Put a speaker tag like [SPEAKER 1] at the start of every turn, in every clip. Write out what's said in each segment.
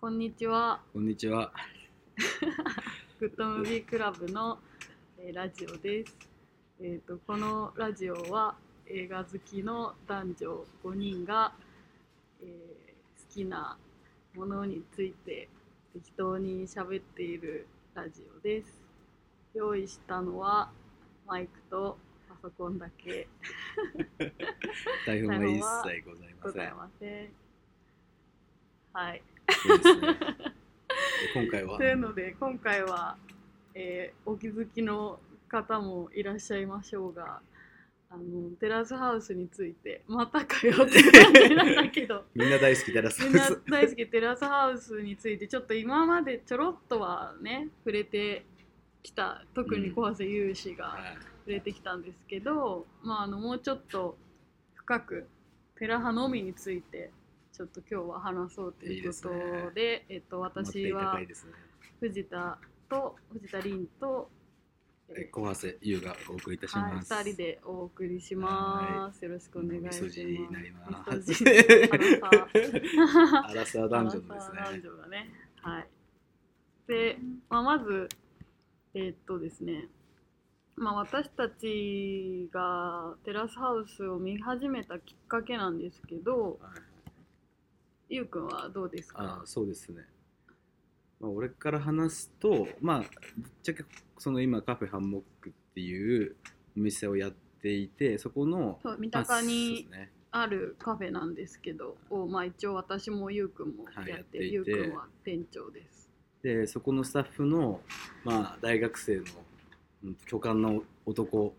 [SPEAKER 1] こんにちは。
[SPEAKER 2] こんにちは。
[SPEAKER 1] グッドムービークラブの、えーラジオです。えっ、とこのラジオは映画好きの男女5人が、えー好きなものについて適当に喋っているラジオです。用意したのはマイクとパソコンだけ
[SPEAKER 2] 台本は
[SPEAKER 1] 台本
[SPEAKER 2] 一
[SPEAKER 1] は
[SPEAKER 2] 切ござい
[SPEAKER 1] ご
[SPEAKER 2] ませ
[SPEAKER 1] ざ
[SPEAKER 2] ん
[SPEAKER 1] い。ません。はい。
[SPEAKER 2] そうですねで今回は
[SPEAKER 1] というので今回は、えーお気づきの方もいらっしゃいましょうがあのテラスハウスについてまたかよって感じなんだけ ど
[SPEAKER 2] みんな大好きだらさ
[SPEAKER 1] みんな大好きテラスハウスについてちょっと今までちょろっとはね触れてきた特に小瀬勇志が。
[SPEAKER 2] はい
[SPEAKER 1] 触れてきたんですけど、まあ、あのもうちょっと深くテラ派のみについてちょっと今日は話そうということ
[SPEAKER 2] いい
[SPEAKER 1] でえっと、
[SPEAKER 2] 思って
[SPEAKER 1] 私
[SPEAKER 2] いた
[SPEAKER 1] は
[SPEAKER 2] 回ですね。
[SPEAKER 1] 藤田と藤田凛と、え
[SPEAKER 2] え小瀬優がお送りいたし
[SPEAKER 1] はい、
[SPEAKER 2] ます。
[SPEAKER 1] 2人でお送りします。よろしくお願いします。
[SPEAKER 2] みそじになります
[SPEAKER 1] みそじアラサー
[SPEAKER 2] アラサー男女のです
[SPEAKER 1] アラサー
[SPEAKER 2] ね。
[SPEAKER 1] 男女だね。はい。で、まあ、まず、えーっとですね、まあ、私たちがテラスハウスを見始めたきっかけなんですけど、
[SPEAKER 2] はい
[SPEAKER 1] ゆうくんはどうです
[SPEAKER 2] あ
[SPEAKER 1] か
[SPEAKER 2] あそうですね。まあ、俺から話すと、まあ、ぶっちゃけその今カフェハンモックっていうお店をやっていて、そこの
[SPEAKER 1] そう三
[SPEAKER 2] まあ
[SPEAKER 1] 鷹
[SPEAKER 2] そう
[SPEAKER 1] に
[SPEAKER 2] ですね
[SPEAKER 1] あるカフェなんですけど、をまあ、一応私もゆうくんも
[SPEAKER 2] はい
[SPEAKER 1] やって、
[SPEAKER 2] やっていて
[SPEAKER 1] ゆうくんは店長です。
[SPEAKER 2] でそこのスタッフの、まあ、大学生のうん巨漢の 男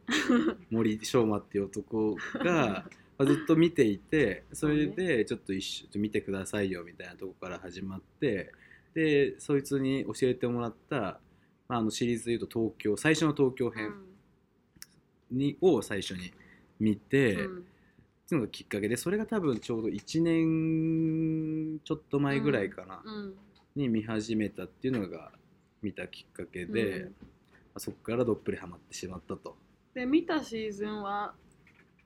[SPEAKER 2] 森昌磨っていう男がまあずっと見ていてそれでちょっと一緒ちょっと見てくださいよみたいなとこから始まってでそいつに教えてもらった、まあ、あのシリーズでいうと東京最初の東京編に、を最初に見て、
[SPEAKER 1] う
[SPEAKER 2] っ
[SPEAKER 1] ん
[SPEAKER 2] ていうのがきっかけでそれが多分ちょうど1年ちょっと前ぐらいかな、
[SPEAKER 1] うん
[SPEAKER 2] に見始めたっていうのが見たきっかけで、
[SPEAKER 1] うん
[SPEAKER 2] まあそこからどっぷりハマってしまったと。
[SPEAKER 1] で見たシーズンは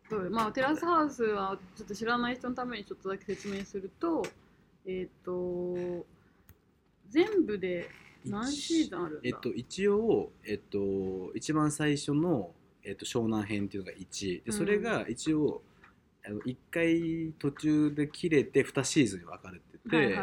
[SPEAKER 1] どうまあテラスハウスはちょっと知らない人のためにちょっとだけ説明するとえっ、と全部で何シーズンあるんだ
[SPEAKER 2] えっと、一応、えっと、一番最初の、えっと、湘南編っていうのが1
[SPEAKER 1] う
[SPEAKER 2] で
[SPEAKER 1] ん
[SPEAKER 2] それが一応、あの1回途中で切れて2シーズンに分かれてて、
[SPEAKER 1] はいはい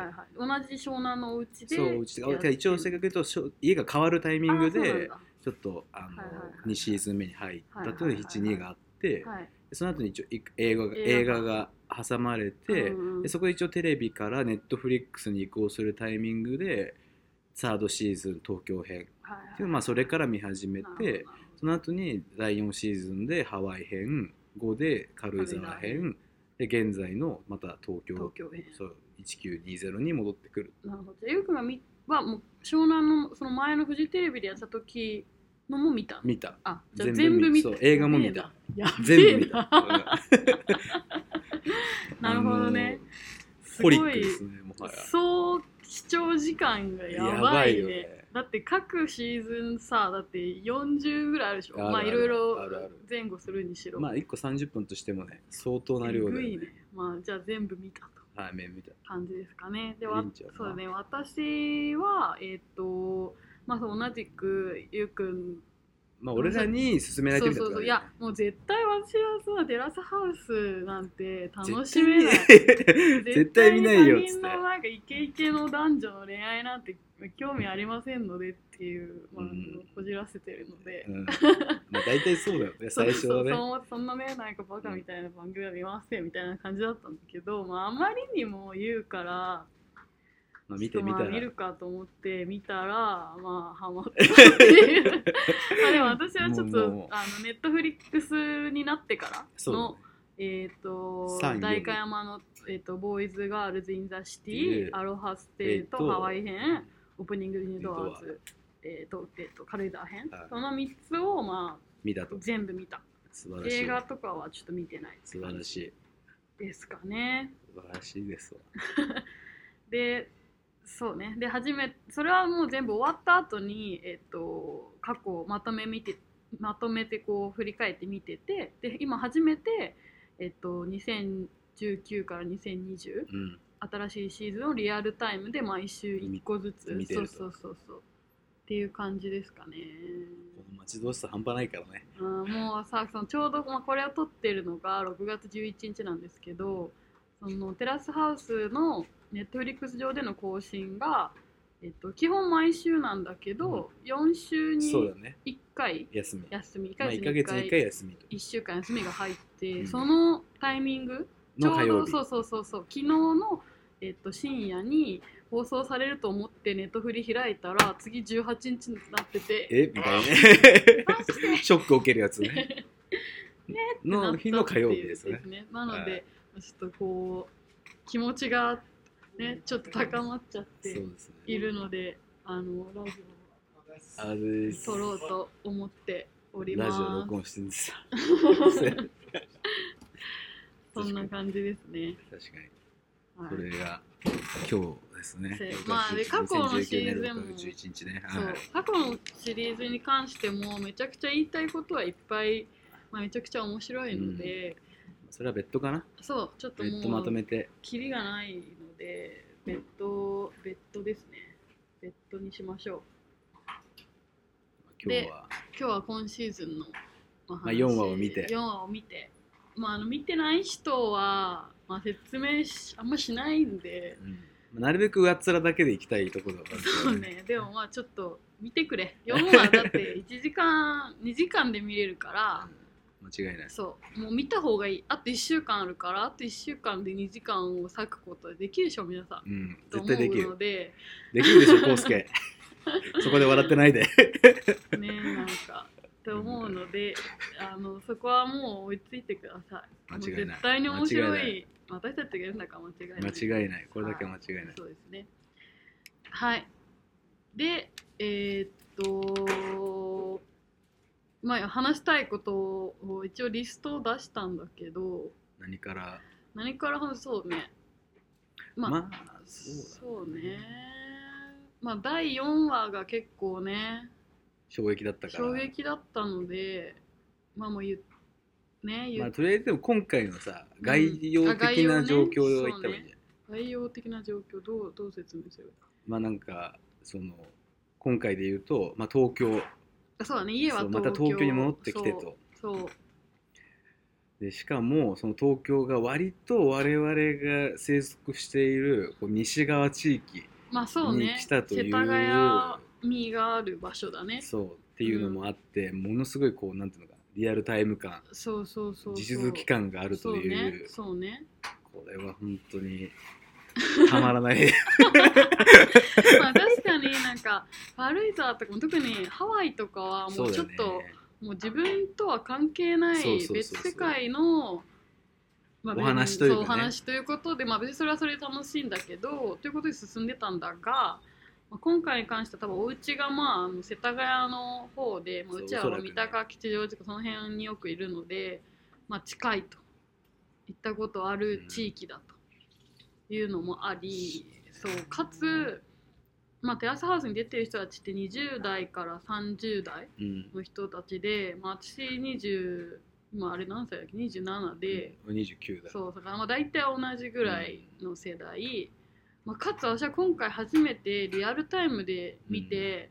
[SPEAKER 1] はい、同じ湘南のお家で
[SPEAKER 2] そううち
[SPEAKER 1] やってる
[SPEAKER 2] 一応正確に言うとしょ家が変わるタイミング
[SPEAKER 1] あそうなん
[SPEAKER 2] で
[SPEAKER 1] だ
[SPEAKER 2] ちょっとあの、
[SPEAKER 1] はいはいはい
[SPEAKER 2] 2シーズン目に入ったというの
[SPEAKER 1] はいはいはいは
[SPEAKER 2] で
[SPEAKER 1] い
[SPEAKER 2] 12があって、
[SPEAKER 1] はい
[SPEAKER 2] でその後に一応い映画が
[SPEAKER 1] 映
[SPEAKER 2] 映
[SPEAKER 1] 画
[SPEAKER 2] 画が挟まれて。
[SPEAKER 1] うんうん
[SPEAKER 2] でそこで一応テレビからネットフリックスに移行するタイミングでサードシーズン東京編って
[SPEAKER 1] はいはい
[SPEAKER 2] いうまあそれから見始め
[SPEAKER 1] なる
[SPEAKER 2] て
[SPEAKER 1] ほどなるほど
[SPEAKER 2] その後に第4シーズンでハワイ編5で軽井沢編で現在のまた東京
[SPEAKER 1] 東京編
[SPEAKER 2] そう1920に戻ってくる
[SPEAKER 1] なるほどじゃあゆうくんが見はもう湘南のその前のフジテレビでやった時のも見た
[SPEAKER 2] 見た
[SPEAKER 1] あじゃあ全
[SPEAKER 2] 全
[SPEAKER 1] 部
[SPEAKER 2] 部
[SPEAKER 1] 見
[SPEAKER 2] 見
[SPEAKER 1] た
[SPEAKER 2] そう映画も見た
[SPEAKER 1] やべえな
[SPEAKER 2] 全部見た
[SPEAKER 1] なるほどね
[SPEAKER 2] あのーホリックですねもはや
[SPEAKER 1] 総視聴時間がや
[SPEAKER 2] や
[SPEAKER 1] ば
[SPEAKER 2] ば
[SPEAKER 1] いね
[SPEAKER 2] いよね
[SPEAKER 1] だって各シーズンさだって40ぐらいあるでしょ
[SPEAKER 2] あるある
[SPEAKER 1] まあいろいろ
[SPEAKER 2] あるある
[SPEAKER 1] 前後するにしろ
[SPEAKER 2] まあ1個30分としてもね相当な
[SPEAKER 1] え
[SPEAKER 2] 量
[SPEAKER 1] ぐ
[SPEAKER 2] で、
[SPEAKER 1] い
[SPEAKER 2] ね
[SPEAKER 1] ね、まあじゃあ全部見たと
[SPEAKER 2] はい見た
[SPEAKER 1] 感じですかねでわ
[SPEAKER 2] いいんちゃうか
[SPEAKER 1] そ
[SPEAKER 2] な
[SPEAKER 1] うね私はえっ、とまあそう同じくゆうくん
[SPEAKER 2] まあ俺らに勧められ
[SPEAKER 1] そ
[SPEAKER 2] て
[SPEAKER 1] う
[SPEAKER 2] るんだ
[SPEAKER 1] そうそ
[SPEAKER 2] とか
[SPEAKER 1] う
[SPEAKER 2] ね
[SPEAKER 1] いやもう絶対私はさテラスハウスなんて楽しめない
[SPEAKER 2] 絶対見ないよっつ
[SPEAKER 1] 絶
[SPEAKER 2] っ
[SPEAKER 1] 対他人のなんかイケイケの男女の恋愛なんて興味ありませんのでっていう、まあ、あの
[SPEAKER 2] うん
[SPEAKER 1] こじらせてるので
[SPEAKER 2] て、、うん、まあ大体そうだよ ね
[SPEAKER 1] そう
[SPEAKER 2] 最初はね
[SPEAKER 1] そうそうそんなねなんかバカみたいな番組は見ませんみたいな感じだったんだけど、まあ、あまりにも言うから、
[SPEAKER 2] まあ、見
[SPEAKER 1] ちょっ
[SPEAKER 2] て
[SPEAKER 1] と
[SPEAKER 2] み
[SPEAKER 1] まあ
[SPEAKER 2] たら
[SPEAKER 1] 見るかと思って見たらまあハマったっていう まあでも私はちょっと
[SPEAKER 2] もうもう
[SPEAKER 1] あのネットフリックスになってから
[SPEAKER 2] そうだ
[SPEAKER 1] の
[SPEAKER 2] ね
[SPEAKER 1] えっ、と
[SPEAKER 2] 三、四
[SPEAKER 1] 代官山の、えー、とボーイズ・ガールズ・イン・ザ・シテ
[SPEAKER 2] っ
[SPEAKER 1] ィ、
[SPEAKER 2] て
[SPEAKER 1] アロハステイとハワイ編、オープニング・ニュードアー
[SPEAKER 2] ニュー
[SPEAKER 1] ズ、えーとえー、と軽井沢編、
[SPEAKER 2] はい
[SPEAKER 1] その3つを、ま
[SPEAKER 2] 見た
[SPEAKER 1] あ
[SPEAKER 2] と、
[SPEAKER 1] 全部見た。
[SPEAKER 2] 素晴らしい
[SPEAKER 1] 映画とかはちょっと見てない
[SPEAKER 2] 素晴らしい
[SPEAKER 1] ですかね。
[SPEAKER 2] 素晴らしいですわ
[SPEAKER 1] で、そうね。で、初め、それはもう全部終わった後に、えっ、と、過去をまとめ見て、まとめてこう振り返って見てて、で、今初めて、えっ、と、2000 2019から2020
[SPEAKER 2] うん
[SPEAKER 1] 新しいシーズンをリアルタイムで毎週1個ずつ
[SPEAKER 2] 見てると
[SPEAKER 1] そうそうそうそうっていう感じですかね
[SPEAKER 2] この待ち遠しさ半端ないからね
[SPEAKER 1] あーもうさそのちょうど、まあ、これを撮ってるのが6月11日なんですけどそのテラスハウスのネットフリックス上での更新が、えっと、基本毎週なんだけど、4週
[SPEAKER 2] そうだ
[SPEAKER 1] に
[SPEAKER 2] ね
[SPEAKER 1] 1回
[SPEAKER 2] 休み
[SPEAKER 1] 休み1
[SPEAKER 2] まあ
[SPEAKER 1] ヶ月に1
[SPEAKER 2] 1ヶ月に1
[SPEAKER 1] 回
[SPEAKER 2] 回休みと
[SPEAKER 1] 1週間休みが入って、
[SPEAKER 2] うん
[SPEAKER 1] そのタイミングち
[SPEAKER 2] の
[SPEAKER 1] ょ
[SPEAKER 2] 火
[SPEAKER 1] う
[SPEAKER 2] 曜
[SPEAKER 1] ど
[SPEAKER 2] 日
[SPEAKER 1] そうそうそうそう昨日の、えっと、深夜に放送されると思ってネットフリ開いたら次18日になってて
[SPEAKER 2] えみたいなね
[SPEAKER 1] マジで
[SPEAKER 2] ショックを受けるやつねの日の火曜日ですね
[SPEAKER 1] なの
[SPEAKER 2] はい
[SPEAKER 1] で、ちょっとこう気持ちがねちょっと高まっちゃっ
[SPEAKER 2] そう
[SPEAKER 1] て
[SPEAKER 2] ですね
[SPEAKER 1] いるので、あのラジ
[SPEAKER 2] あれで
[SPEAKER 1] オ
[SPEAKER 2] す
[SPEAKER 1] 撮ろうと思っておりま
[SPEAKER 2] ラ
[SPEAKER 1] す。
[SPEAKER 2] ジオ録音してるんですよ
[SPEAKER 1] そんな感じですね。
[SPEAKER 2] 確かに
[SPEAKER 1] はい
[SPEAKER 2] これが今日ですね
[SPEAKER 1] せ。まあで過去のシーズンも
[SPEAKER 2] 十一日ね。
[SPEAKER 1] そ
[SPEAKER 2] は
[SPEAKER 1] う
[SPEAKER 2] い。
[SPEAKER 1] 過去のシリーズに関してもめちゃくちゃ言いたいことはいっぱい、まあ、めちゃくちゃ面白いので、
[SPEAKER 2] それは別途かな。
[SPEAKER 1] そうちょっと
[SPEAKER 2] 別途ま
[SPEAKER 1] も
[SPEAKER 2] と
[SPEAKER 1] う
[SPEAKER 2] めて。
[SPEAKER 1] キリがないので別途別途ですね別途にしましょう
[SPEAKER 2] 今日は
[SPEAKER 1] 今日は今シーズンの、まあ
[SPEAKER 2] まあ4話を見て
[SPEAKER 1] 4話を見てまああの見てない人は、まあ、説明しあんましないんで
[SPEAKER 2] うんなるべく上っ面だけで行きたいところだから
[SPEAKER 1] そうねでもまあちょっと見てくれ4話だって1時間2 時間で見れるから
[SPEAKER 2] うん間違いない。
[SPEAKER 1] そうもう見た方がいいあと1週間あるからあと1週間で2時間を割くことできるでしょ皆さん
[SPEAKER 2] うん。
[SPEAKER 1] と
[SPEAKER 2] 絶
[SPEAKER 1] 思う
[SPEAKER 2] 対できる。
[SPEAKER 1] ので
[SPEAKER 2] できるでしょ、コウ スケ。そこで笑ってないで。
[SPEAKER 1] ねなんかって思うのであのそこはもう追いついてください
[SPEAKER 2] 間違
[SPEAKER 1] も
[SPEAKER 2] いない
[SPEAKER 1] う絶対に面白
[SPEAKER 2] 間違
[SPEAKER 1] い私たちがやるんだから間違いない
[SPEAKER 2] 間違いない。これだけは間違いない。
[SPEAKER 1] そうですねはいでえーっとまあ話したいことを一応リストを出したんだけど
[SPEAKER 2] 何から。
[SPEAKER 1] 何から話そうねまあ、
[SPEAKER 2] まあ、そうだ。
[SPEAKER 1] そうねまあ第4話が結構ね
[SPEAKER 2] 衝撃だったから。
[SPEAKER 1] 衝撃だったのでまあもう言うね言う
[SPEAKER 2] まあ、とりあえずでも今回のさ、概要的な状況を言ったらいいんじゃない
[SPEAKER 1] 概要的な状況どうどう説明する
[SPEAKER 2] まあなんかその今回で言うと、まあ、東京
[SPEAKER 1] あそうだね家は
[SPEAKER 2] そう
[SPEAKER 1] 東京
[SPEAKER 2] また東京に戻ってきてと
[SPEAKER 1] そうそう
[SPEAKER 2] でしかもその東京が割と我々が生息しているこう西側地域
[SPEAKER 1] まあそうね
[SPEAKER 2] に来たとい
[SPEAKER 1] 世
[SPEAKER 2] う
[SPEAKER 1] 田谷身がある場所だね
[SPEAKER 2] そうっていうのもあって、ものすごいこうなんていうのかなリアルタイム感
[SPEAKER 1] そうそうそうそう
[SPEAKER 2] 地続き感があるという
[SPEAKER 1] そうね
[SPEAKER 2] これは本当にたま らない
[SPEAKER 1] そうねまあ確かになんか軽井沢とかも特にハワイとかはも
[SPEAKER 2] そう
[SPEAKER 1] う
[SPEAKER 2] だ
[SPEAKER 1] ちょ
[SPEAKER 2] よ
[SPEAKER 1] っ
[SPEAKER 2] ね
[SPEAKER 1] ともう自分とは関係な
[SPEAKER 2] そう
[SPEAKER 1] い
[SPEAKER 2] そうそうそう
[SPEAKER 1] 別世界のまあ
[SPEAKER 2] お話というかね
[SPEAKER 1] そうお話ということで、まあ、別にそれはそれで楽しいんだけどということで進んでたんだが、まあ、今回に関しては多分お家がまああの世田谷の方で、まあ、
[SPEAKER 2] そう
[SPEAKER 1] うちは
[SPEAKER 2] おそらくね
[SPEAKER 1] 三鷹吉祥寺とかその辺によくいるので、まあ、近いと行ったことある地域だというのもあり、そうかつ、まあ、テラスハウスに出てる人たちって20代から30代。
[SPEAKER 2] うん
[SPEAKER 1] の人たちで、まあ、私20今あれ何歳だっけ27で、
[SPEAKER 2] 29だ
[SPEAKER 1] そうだからまあ大体同じぐらいの世代、まあ、かつ私は今回初めてリアルタイムで見て、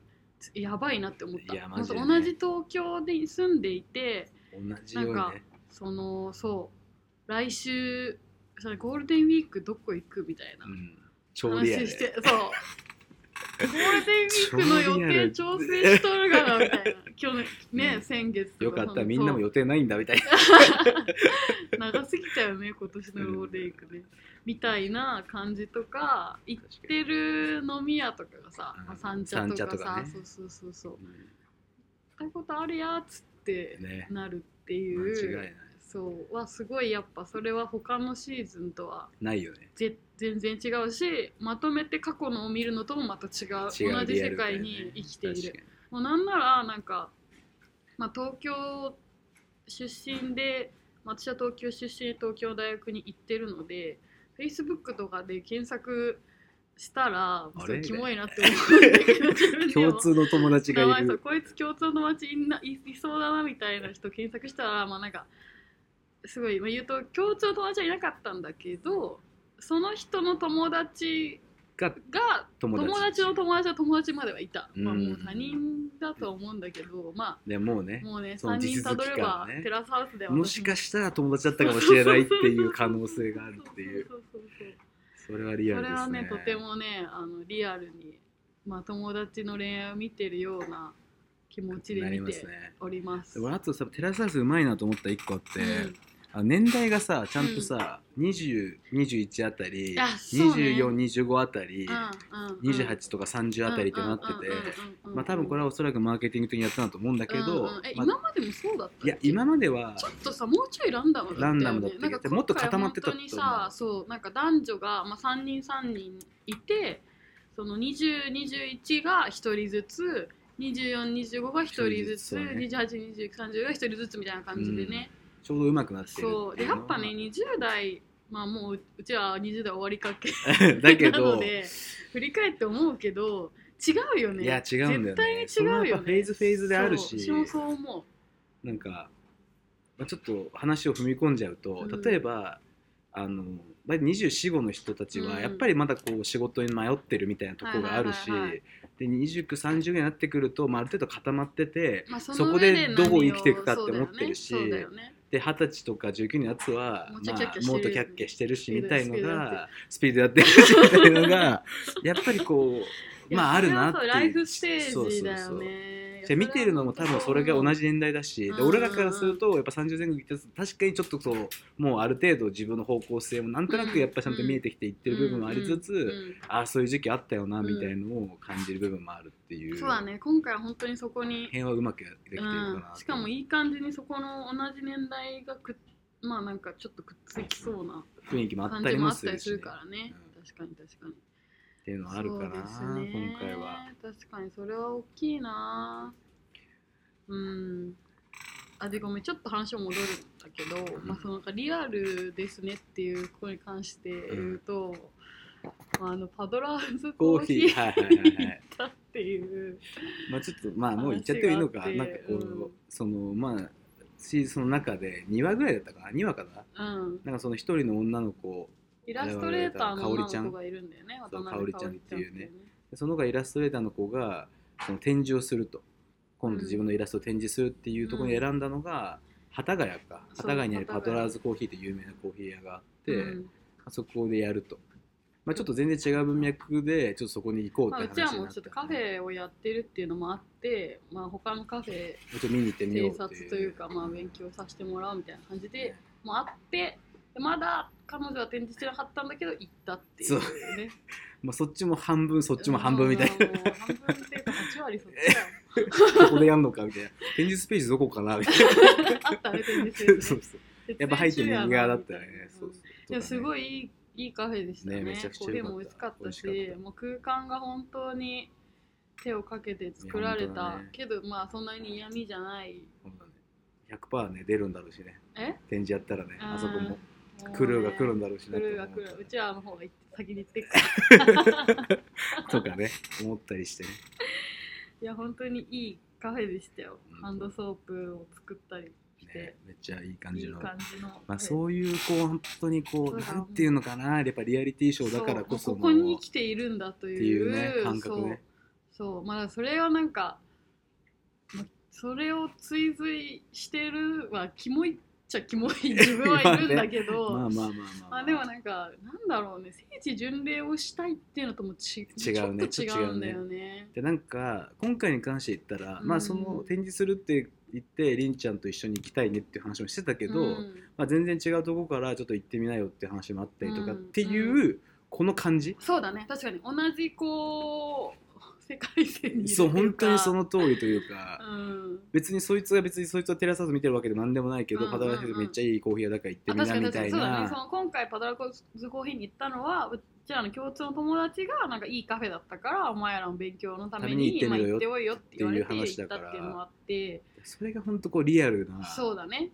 [SPEAKER 1] やばいなって思った
[SPEAKER 2] いやマジでね
[SPEAKER 1] まず同じ東京に住んでいて
[SPEAKER 2] 同じように
[SPEAKER 1] なんか
[SPEAKER 2] ね
[SPEAKER 1] そのそう来週それゴールデンウィークどこ行くみたいな
[SPEAKER 2] うん超リアル
[SPEAKER 1] 話して、そう。ゴールデンウィークの予定調
[SPEAKER 2] 超リア
[SPEAKER 1] 整
[SPEAKER 2] ル
[SPEAKER 1] しとるがなみたいな。去年ね、
[SPEAKER 2] うん
[SPEAKER 1] 先月と
[SPEAKER 2] よかった
[SPEAKER 1] そう
[SPEAKER 2] みんなも予定ないんだみたいな
[SPEAKER 1] 長すぎたよね、今年のゴールデンウィークね。みたいな感じとか、行 ってる飲み屋とかがさ
[SPEAKER 2] うん、
[SPEAKER 1] まあ三茶とか
[SPEAKER 2] 三茶とか
[SPEAKER 1] さ
[SPEAKER 2] ね、
[SPEAKER 1] そうそうそうそう。行ったことあるやっつって
[SPEAKER 2] うんね
[SPEAKER 1] なるって
[SPEAKER 2] 間
[SPEAKER 1] い。
[SPEAKER 2] 違いうない
[SPEAKER 1] そうはすごいやっぱそれは他のシーズンとは
[SPEAKER 2] ないよね
[SPEAKER 1] ぜ全然違うしまとめて過去のを見るのともまた違う
[SPEAKER 2] 違う
[SPEAKER 1] 同じ
[SPEAKER 2] リア
[SPEAKER 1] 世
[SPEAKER 2] ルだ
[SPEAKER 1] 界
[SPEAKER 2] よね
[SPEAKER 1] に生きてい
[SPEAKER 2] 確
[SPEAKER 1] る
[SPEAKER 2] かに
[SPEAKER 1] もうなんならなんか、まあ、東京出身で、まあ私は東京出身で東京大学に行ってるので Facebook とかで検索したら
[SPEAKER 2] あれ
[SPEAKER 1] ちょっとキモいなって思うん だけど自分でも
[SPEAKER 2] 共通の友達
[SPEAKER 1] 名
[SPEAKER 2] がい
[SPEAKER 1] 前そう
[SPEAKER 2] る
[SPEAKER 1] こいつ共通の街いんないいそうだなみたいな人検索したらまあなんかすごい、まあ、言うと共通の友達はいなかったんだけどその人の友達
[SPEAKER 2] が
[SPEAKER 1] が
[SPEAKER 2] 友達
[SPEAKER 1] 友達の友達の友達まではいた、まあ、
[SPEAKER 2] うん
[SPEAKER 1] もう他人だとは思うんだけど、ま
[SPEAKER 2] でもうね
[SPEAKER 1] あ、もうね
[SPEAKER 2] その
[SPEAKER 1] 3
[SPEAKER 2] 地
[SPEAKER 1] 人
[SPEAKER 2] 続
[SPEAKER 1] た
[SPEAKER 2] き
[SPEAKER 1] どれば、
[SPEAKER 2] 感ね
[SPEAKER 1] テラスハウスでは
[SPEAKER 2] もしかしたら友達だったかもしれないっていう可能性があるっていう
[SPEAKER 1] そうそうそうそう
[SPEAKER 2] それはリア
[SPEAKER 1] そ
[SPEAKER 2] ル
[SPEAKER 1] れ
[SPEAKER 2] で
[SPEAKER 1] は
[SPEAKER 2] すね
[SPEAKER 1] ねとてもねあのリアルに、まあ、友達の恋愛を見てるような気持ちで
[SPEAKER 2] なり
[SPEAKER 1] 見
[SPEAKER 2] ま
[SPEAKER 1] て
[SPEAKER 2] すね
[SPEAKER 1] おります。
[SPEAKER 2] で俺あとさテラスハウスうまいなと思った一個あって、
[SPEAKER 1] うん
[SPEAKER 2] あ年代がさちゃんとさ、2021あたり、
[SPEAKER 1] あそうね
[SPEAKER 2] 2425あたり、
[SPEAKER 1] うんうんうん
[SPEAKER 2] 28とか30あたりってなってて、まあ多分これはおそらくマーケティング的にやったなと思うんだけど、
[SPEAKER 1] うんうんえ
[SPEAKER 2] ま
[SPEAKER 1] 今
[SPEAKER 2] あ
[SPEAKER 1] までもそうだったっけ
[SPEAKER 2] いや今までは
[SPEAKER 1] ちょっとさもうちょいランダムだったよね
[SPEAKER 2] ランダムだったけど
[SPEAKER 1] なんか
[SPEAKER 2] もっと固まってたと
[SPEAKER 1] 今回
[SPEAKER 2] 思う
[SPEAKER 1] 本当にさそうなんか男女が、まあ、3人3人いてその2021が1人ずつ2425が1人ずつ、
[SPEAKER 2] 一人ずつね
[SPEAKER 1] 282930が1人ずつみたいな感じでね、
[SPEAKER 2] ちょうどうまくなってる
[SPEAKER 1] そうでやっぱね
[SPEAKER 2] ね
[SPEAKER 1] 20代まあもううちは20代終わりかけ
[SPEAKER 2] だ け
[SPEAKER 1] な
[SPEAKER 2] ど
[SPEAKER 1] ので振り返って思うけど違うよね
[SPEAKER 2] いや違うんだよね
[SPEAKER 1] 絶対に違うよね
[SPEAKER 2] そのやっぱフェーズフェーズである
[SPEAKER 1] そ
[SPEAKER 2] し
[SPEAKER 1] う私もそう思う
[SPEAKER 2] なんか、まあ、ちょっと話を踏み込んじゃうと、
[SPEAKER 1] うん
[SPEAKER 2] 例えばあのまあ2425の人たち
[SPEAKER 1] う
[SPEAKER 2] は
[SPEAKER 1] ん
[SPEAKER 2] やっぱりまだこう仕事に迷ってるみたいなとこがあるし、
[SPEAKER 1] はいはいはいはい
[SPEAKER 2] で2930になってくると、まあ、ある程度固まってて
[SPEAKER 1] まあ、そ
[SPEAKER 2] そこ
[SPEAKER 1] の上
[SPEAKER 2] で
[SPEAKER 1] で
[SPEAKER 2] どこ
[SPEAKER 1] 何を
[SPEAKER 2] 生きていくかって思ってるし
[SPEAKER 1] そうだよね
[SPEAKER 2] で二十歳とか19のやつは
[SPEAKER 1] もうち
[SPEAKER 2] ま
[SPEAKER 1] ょい
[SPEAKER 2] あ
[SPEAKER 1] キャッキャしてる
[SPEAKER 2] もっとキャッキャしてるし
[SPEAKER 1] スピー
[SPEAKER 2] み
[SPEAKER 1] ド
[SPEAKER 2] たい
[SPEAKER 1] ス
[SPEAKER 2] の
[SPEAKER 1] ピード
[SPEAKER 2] がスピードやってるしみたいのがやっぱりこう
[SPEAKER 1] いや
[SPEAKER 2] まああるなっ
[SPEAKER 1] そ
[SPEAKER 2] て
[SPEAKER 1] れは
[SPEAKER 2] いう
[SPEAKER 1] そうライフステ
[SPEAKER 2] そう
[SPEAKER 1] ー
[SPEAKER 2] そう
[SPEAKER 1] ジ
[SPEAKER 2] そう
[SPEAKER 1] だよね
[SPEAKER 2] じゃあ見てるのも多分それが同じ年代だし、
[SPEAKER 1] うん
[SPEAKER 2] で俺らからするとやっぱ30前後行って確かにちょっとこうもうある程度自分の方向性もなんとなくやっぱちゃんと見えてきていってる部分もありつつ、
[SPEAKER 1] うんうん
[SPEAKER 2] ああそういう時期あったよな
[SPEAKER 1] うん
[SPEAKER 2] みたいのを感じる部分もあるっていう、
[SPEAKER 1] そうだね今回は本当にそこに、
[SPEAKER 2] 辺はうまくでき
[SPEAKER 1] う
[SPEAKER 2] てるかなと、
[SPEAKER 1] ん、しかもいい感じにそこの同じ年代がくっまあなんかちょっとくっつきそうな
[SPEAKER 2] 雰囲気もあっ
[SPEAKER 1] 感
[SPEAKER 2] た
[SPEAKER 1] じ
[SPEAKER 2] り
[SPEAKER 1] も
[SPEAKER 2] も
[SPEAKER 1] あっ
[SPEAKER 2] す
[SPEAKER 1] た
[SPEAKER 2] る
[SPEAKER 1] り
[SPEAKER 2] し
[SPEAKER 1] す
[SPEAKER 2] ね、
[SPEAKER 1] るからね、確かに確かに
[SPEAKER 2] っていうのはあるか
[SPEAKER 1] そう
[SPEAKER 2] な、
[SPEAKER 1] ですね
[SPEAKER 2] 今回は。
[SPEAKER 1] 確かにそれは大きいなうんあでごめんちょっと話を戻るんだけど、
[SPEAKER 2] うん
[SPEAKER 1] まあ、そのなんかリアルですねっていうことに関して言うと、まあ、あのパドラーズ
[SPEAKER 2] コ
[SPEAKER 1] コ
[SPEAKER 2] ー
[SPEAKER 1] ー
[SPEAKER 2] ヒ
[SPEAKER 1] ヒ
[SPEAKER 2] ー
[SPEAKER 1] ー
[SPEAKER 2] はいはいはいはい
[SPEAKER 1] だっていう
[SPEAKER 2] まあちょっとまあもう言っちゃってもいいのか
[SPEAKER 1] 話が
[SPEAKER 2] な
[SPEAKER 1] あっ
[SPEAKER 2] ん
[SPEAKER 1] て
[SPEAKER 2] かこう、
[SPEAKER 1] うん
[SPEAKER 2] そのまあシーズンの中で2話ぐらいだったかな2話かな
[SPEAKER 1] うん、
[SPEAKER 2] なんかその一人の女の子
[SPEAKER 1] イラストレーターの
[SPEAKER 2] 香織ちゃ
[SPEAKER 1] 女
[SPEAKER 2] ん
[SPEAKER 1] の子がいるんだよね
[SPEAKER 2] そう
[SPEAKER 1] 渡辺
[SPEAKER 2] 香織ちゃんっていうね
[SPEAKER 1] 香織ちゃんって
[SPEAKER 2] でその他イラストレーターの子がその展示をすると今度自分のイラストを展示するっていうところに選んだのが、幡ヶ谷か
[SPEAKER 1] そう
[SPEAKER 2] 幡ヶ谷にある
[SPEAKER 1] 幡
[SPEAKER 2] パ
[SPEAKER 1] ヶ谷
[SPEAKER 2] トラーズコーヒーという有名なコーヒー屋があって、
[SPEAKER 1] いうねうん
[SPEAKER 2] あそこでやると、まあ、ちょっと全然違う文脈でちょっとそこに行こう
[SPEAKER 1] まあ、
[SPEAKER 2] っ
[SPEAKER 1] う
[SPEAKER 2] て
[SPEAKER 1] ちは
[SPEAKER 2] 話
[SPEAKER 1] も
[SPEAKER 2] にな
[SPEAKER 1] う
[SPEAKER 2] っ
[SPEAKER 1] ち
[SPEAKER 2] た
[SPEAKER 1] ょっとカフェをやってるっていうのもあって、まあ、他のカフェ
[SPEAKER 2] ちょっと見に行ってみよ
[SPEAKER 1] 偵
[SPEAKER 2] うって
[SPEAKER 1] 察というか、まあ、勉強させてもらうみたいな感じでもうあってでまだ彼女は展示してなかったんだけど行ったっていうね
[SPEAKER 2] まあ、そっちも半分そっちも半分みたいな
[SPEAKER 1] うんもう半分っていうか8割そっちだよ
[SPEAKER 2] ここでやんのかみたいな展示スペースどこかなみたいな
[SPEAKER 1] あったね展示して
[SPEAKER 2] そう
[SPEAKER 1] る
[SPEAKER 2] そうやっぱ入って右側だったよねそうそう
[SPEAKER 1] いやすごいいいいいカフェでしたね
[SPEAKER 2] ねめちゃくちゃ
[SPEAKER 1] コーヒ
[SPEAKER 2] 良
[SPEAKER 1] ー
[SPEAKER 2] かった
[SPEAKER 1] も美味しかったし
[SPEAKER 2] 美味しかっ
[SPEAKER 1] もう空間が本当に手をかけて作られ
[SPEAKER 2] いや本当
[SPEAKER 1] た、
[SPEAKER 2] だね
[SPEAKER 1] けどまあそんなに嫌味じゃない
[SPEAKER 2] そうだね100%ね出るんだろうしね
[SPEAKER 1] え
[SPEAKER 2] 展示やったらねあそこも
[SPEAKER 1] うん
[SPEAKER 2] クルー
[SPEAKER 1] もう
[SPEAKER 2] が
[SPEAKER 1] ね
[SPEAKER 2] 来るんだろうし
[SPEAKER 1] ク
[SPEAKER 2] なと
[SPEAKER 1] ルー
[SPEAKER 2] 思
[SPEAKER 1] が
[SPEAKER 2] う
[SPEAKER 1] 来るうちはの方が先に行ってくる
[SPEAKER 2] とかね思ったりしてね
[SPEAKER 1] いや本当にいいカフェでしたよ、
[SPEAKER 2] うん
[SPEAKER 1] ハンドソープを作ったりして、
[SPEAKER 2] ねめっちゃいい感
[SPEAKER 1] い
[SPEAKER 2] じ
[SPEAKER 1] い
[SPEAKER 2] の
[SPEAKER 1] 感じの
[SPEAKER 2] まあ、そういうこう本当にこ
[SPEAKER 1] そううだ
[SPEAKER 2] なんていうのかなやっぱリアリティショーだからこそ
[SPEAKER 1] そう
[SPEAKER 2] の
[SPEAKER 1] もうここに来ているんだと
[SPEAKER 2] ってい
[SPEAKER 1] いう
[SPEAKER 2] うね感覚ね
[SPEAKER 1] そうそうまあそれはなんか、まあ、それを追随してるはキモいっちゃキ モい自分はいるんだけど
[SPEAKER 2] まあまあまあまあ、
[SPEAKER 1] まあでもなんかなんだろうね聖地巡礼をしたいっていうのともち
[SPEAKER 2] 違うね
[SPEAKER 1] ちょっと違うんだよね
[SPEAKER 2] でなんか今回に関して言ったら、
[SPEAKER 1] うん
[SPEAKER 2] まあその展示するって言ってりんちゃんと一緒に行きたいねっていう話もしてたけど、
[SPEAKER 1] うん
[SPEAKER 2] まあ、全然違うとこからちょっと行ってみなよって話もあったりとか、
[SPEAKER 1] うん
[SPEAKER 2] っていう、
[SPEAKER 1] う
[SPEAKER 2] この感じ
[SPEAKER 1] そうだね確かに同じこう世界線にいる
[SPEAKER 2] そう
[SPEAKER 1] とい
[SPEAKER 2] 本当にそ
[SPEAKER 1] か
[SPEAKER 2] の通りというか、
[SPEAKER 1] うん
[SPEAKER 2] 別にそいつが別にそいつはテラスハウス見てるわけでもなんでもないけど、
[SPEAKER 1] うんうんうん
[SPEAKER 2] パタラフェスめっちゃいいコーヒー屋だから行って
[SPEAKER 1] あ
[SPEAKER 2] み
[SPEAKER 1] 確
[SPEAKER 2] な
[SPEAKER 1] かに確
[SPEAKER 2] み
[SPEAKER 1] か
[SPEAKER 2] た
[SPEAKER 1] に
[SPEAKER 2] い
[SPEAKER 1] そうだね
[SPEAKER 2] な
[SPEAKER 1] その今回パドラコズコーヒーに行ったのはうちらの共通の友達がなんかいいカフェだったからお前らの勉強のために
[SPEAKER 2] た
[SPEAKER 1] ま
[SPEAKER 2] め
[SPEAKER 1] あ
[SPEAKER 2] に
[SPEAKER 1] 行っ
[SPEAKER 2] 行ってて
[SPEAKER 1] おいよって言われて行った
[SPEAKER 2] っ
[SPEAKER 1] ってていうう
[SPEAKER 2] いの
[SPEAKER 1] の
[SPEAKER 2] も
[SPEAKER 1] もあって
[SPEAKER 2] それが本当こうリアルな
[SPEAKER 1] そうだね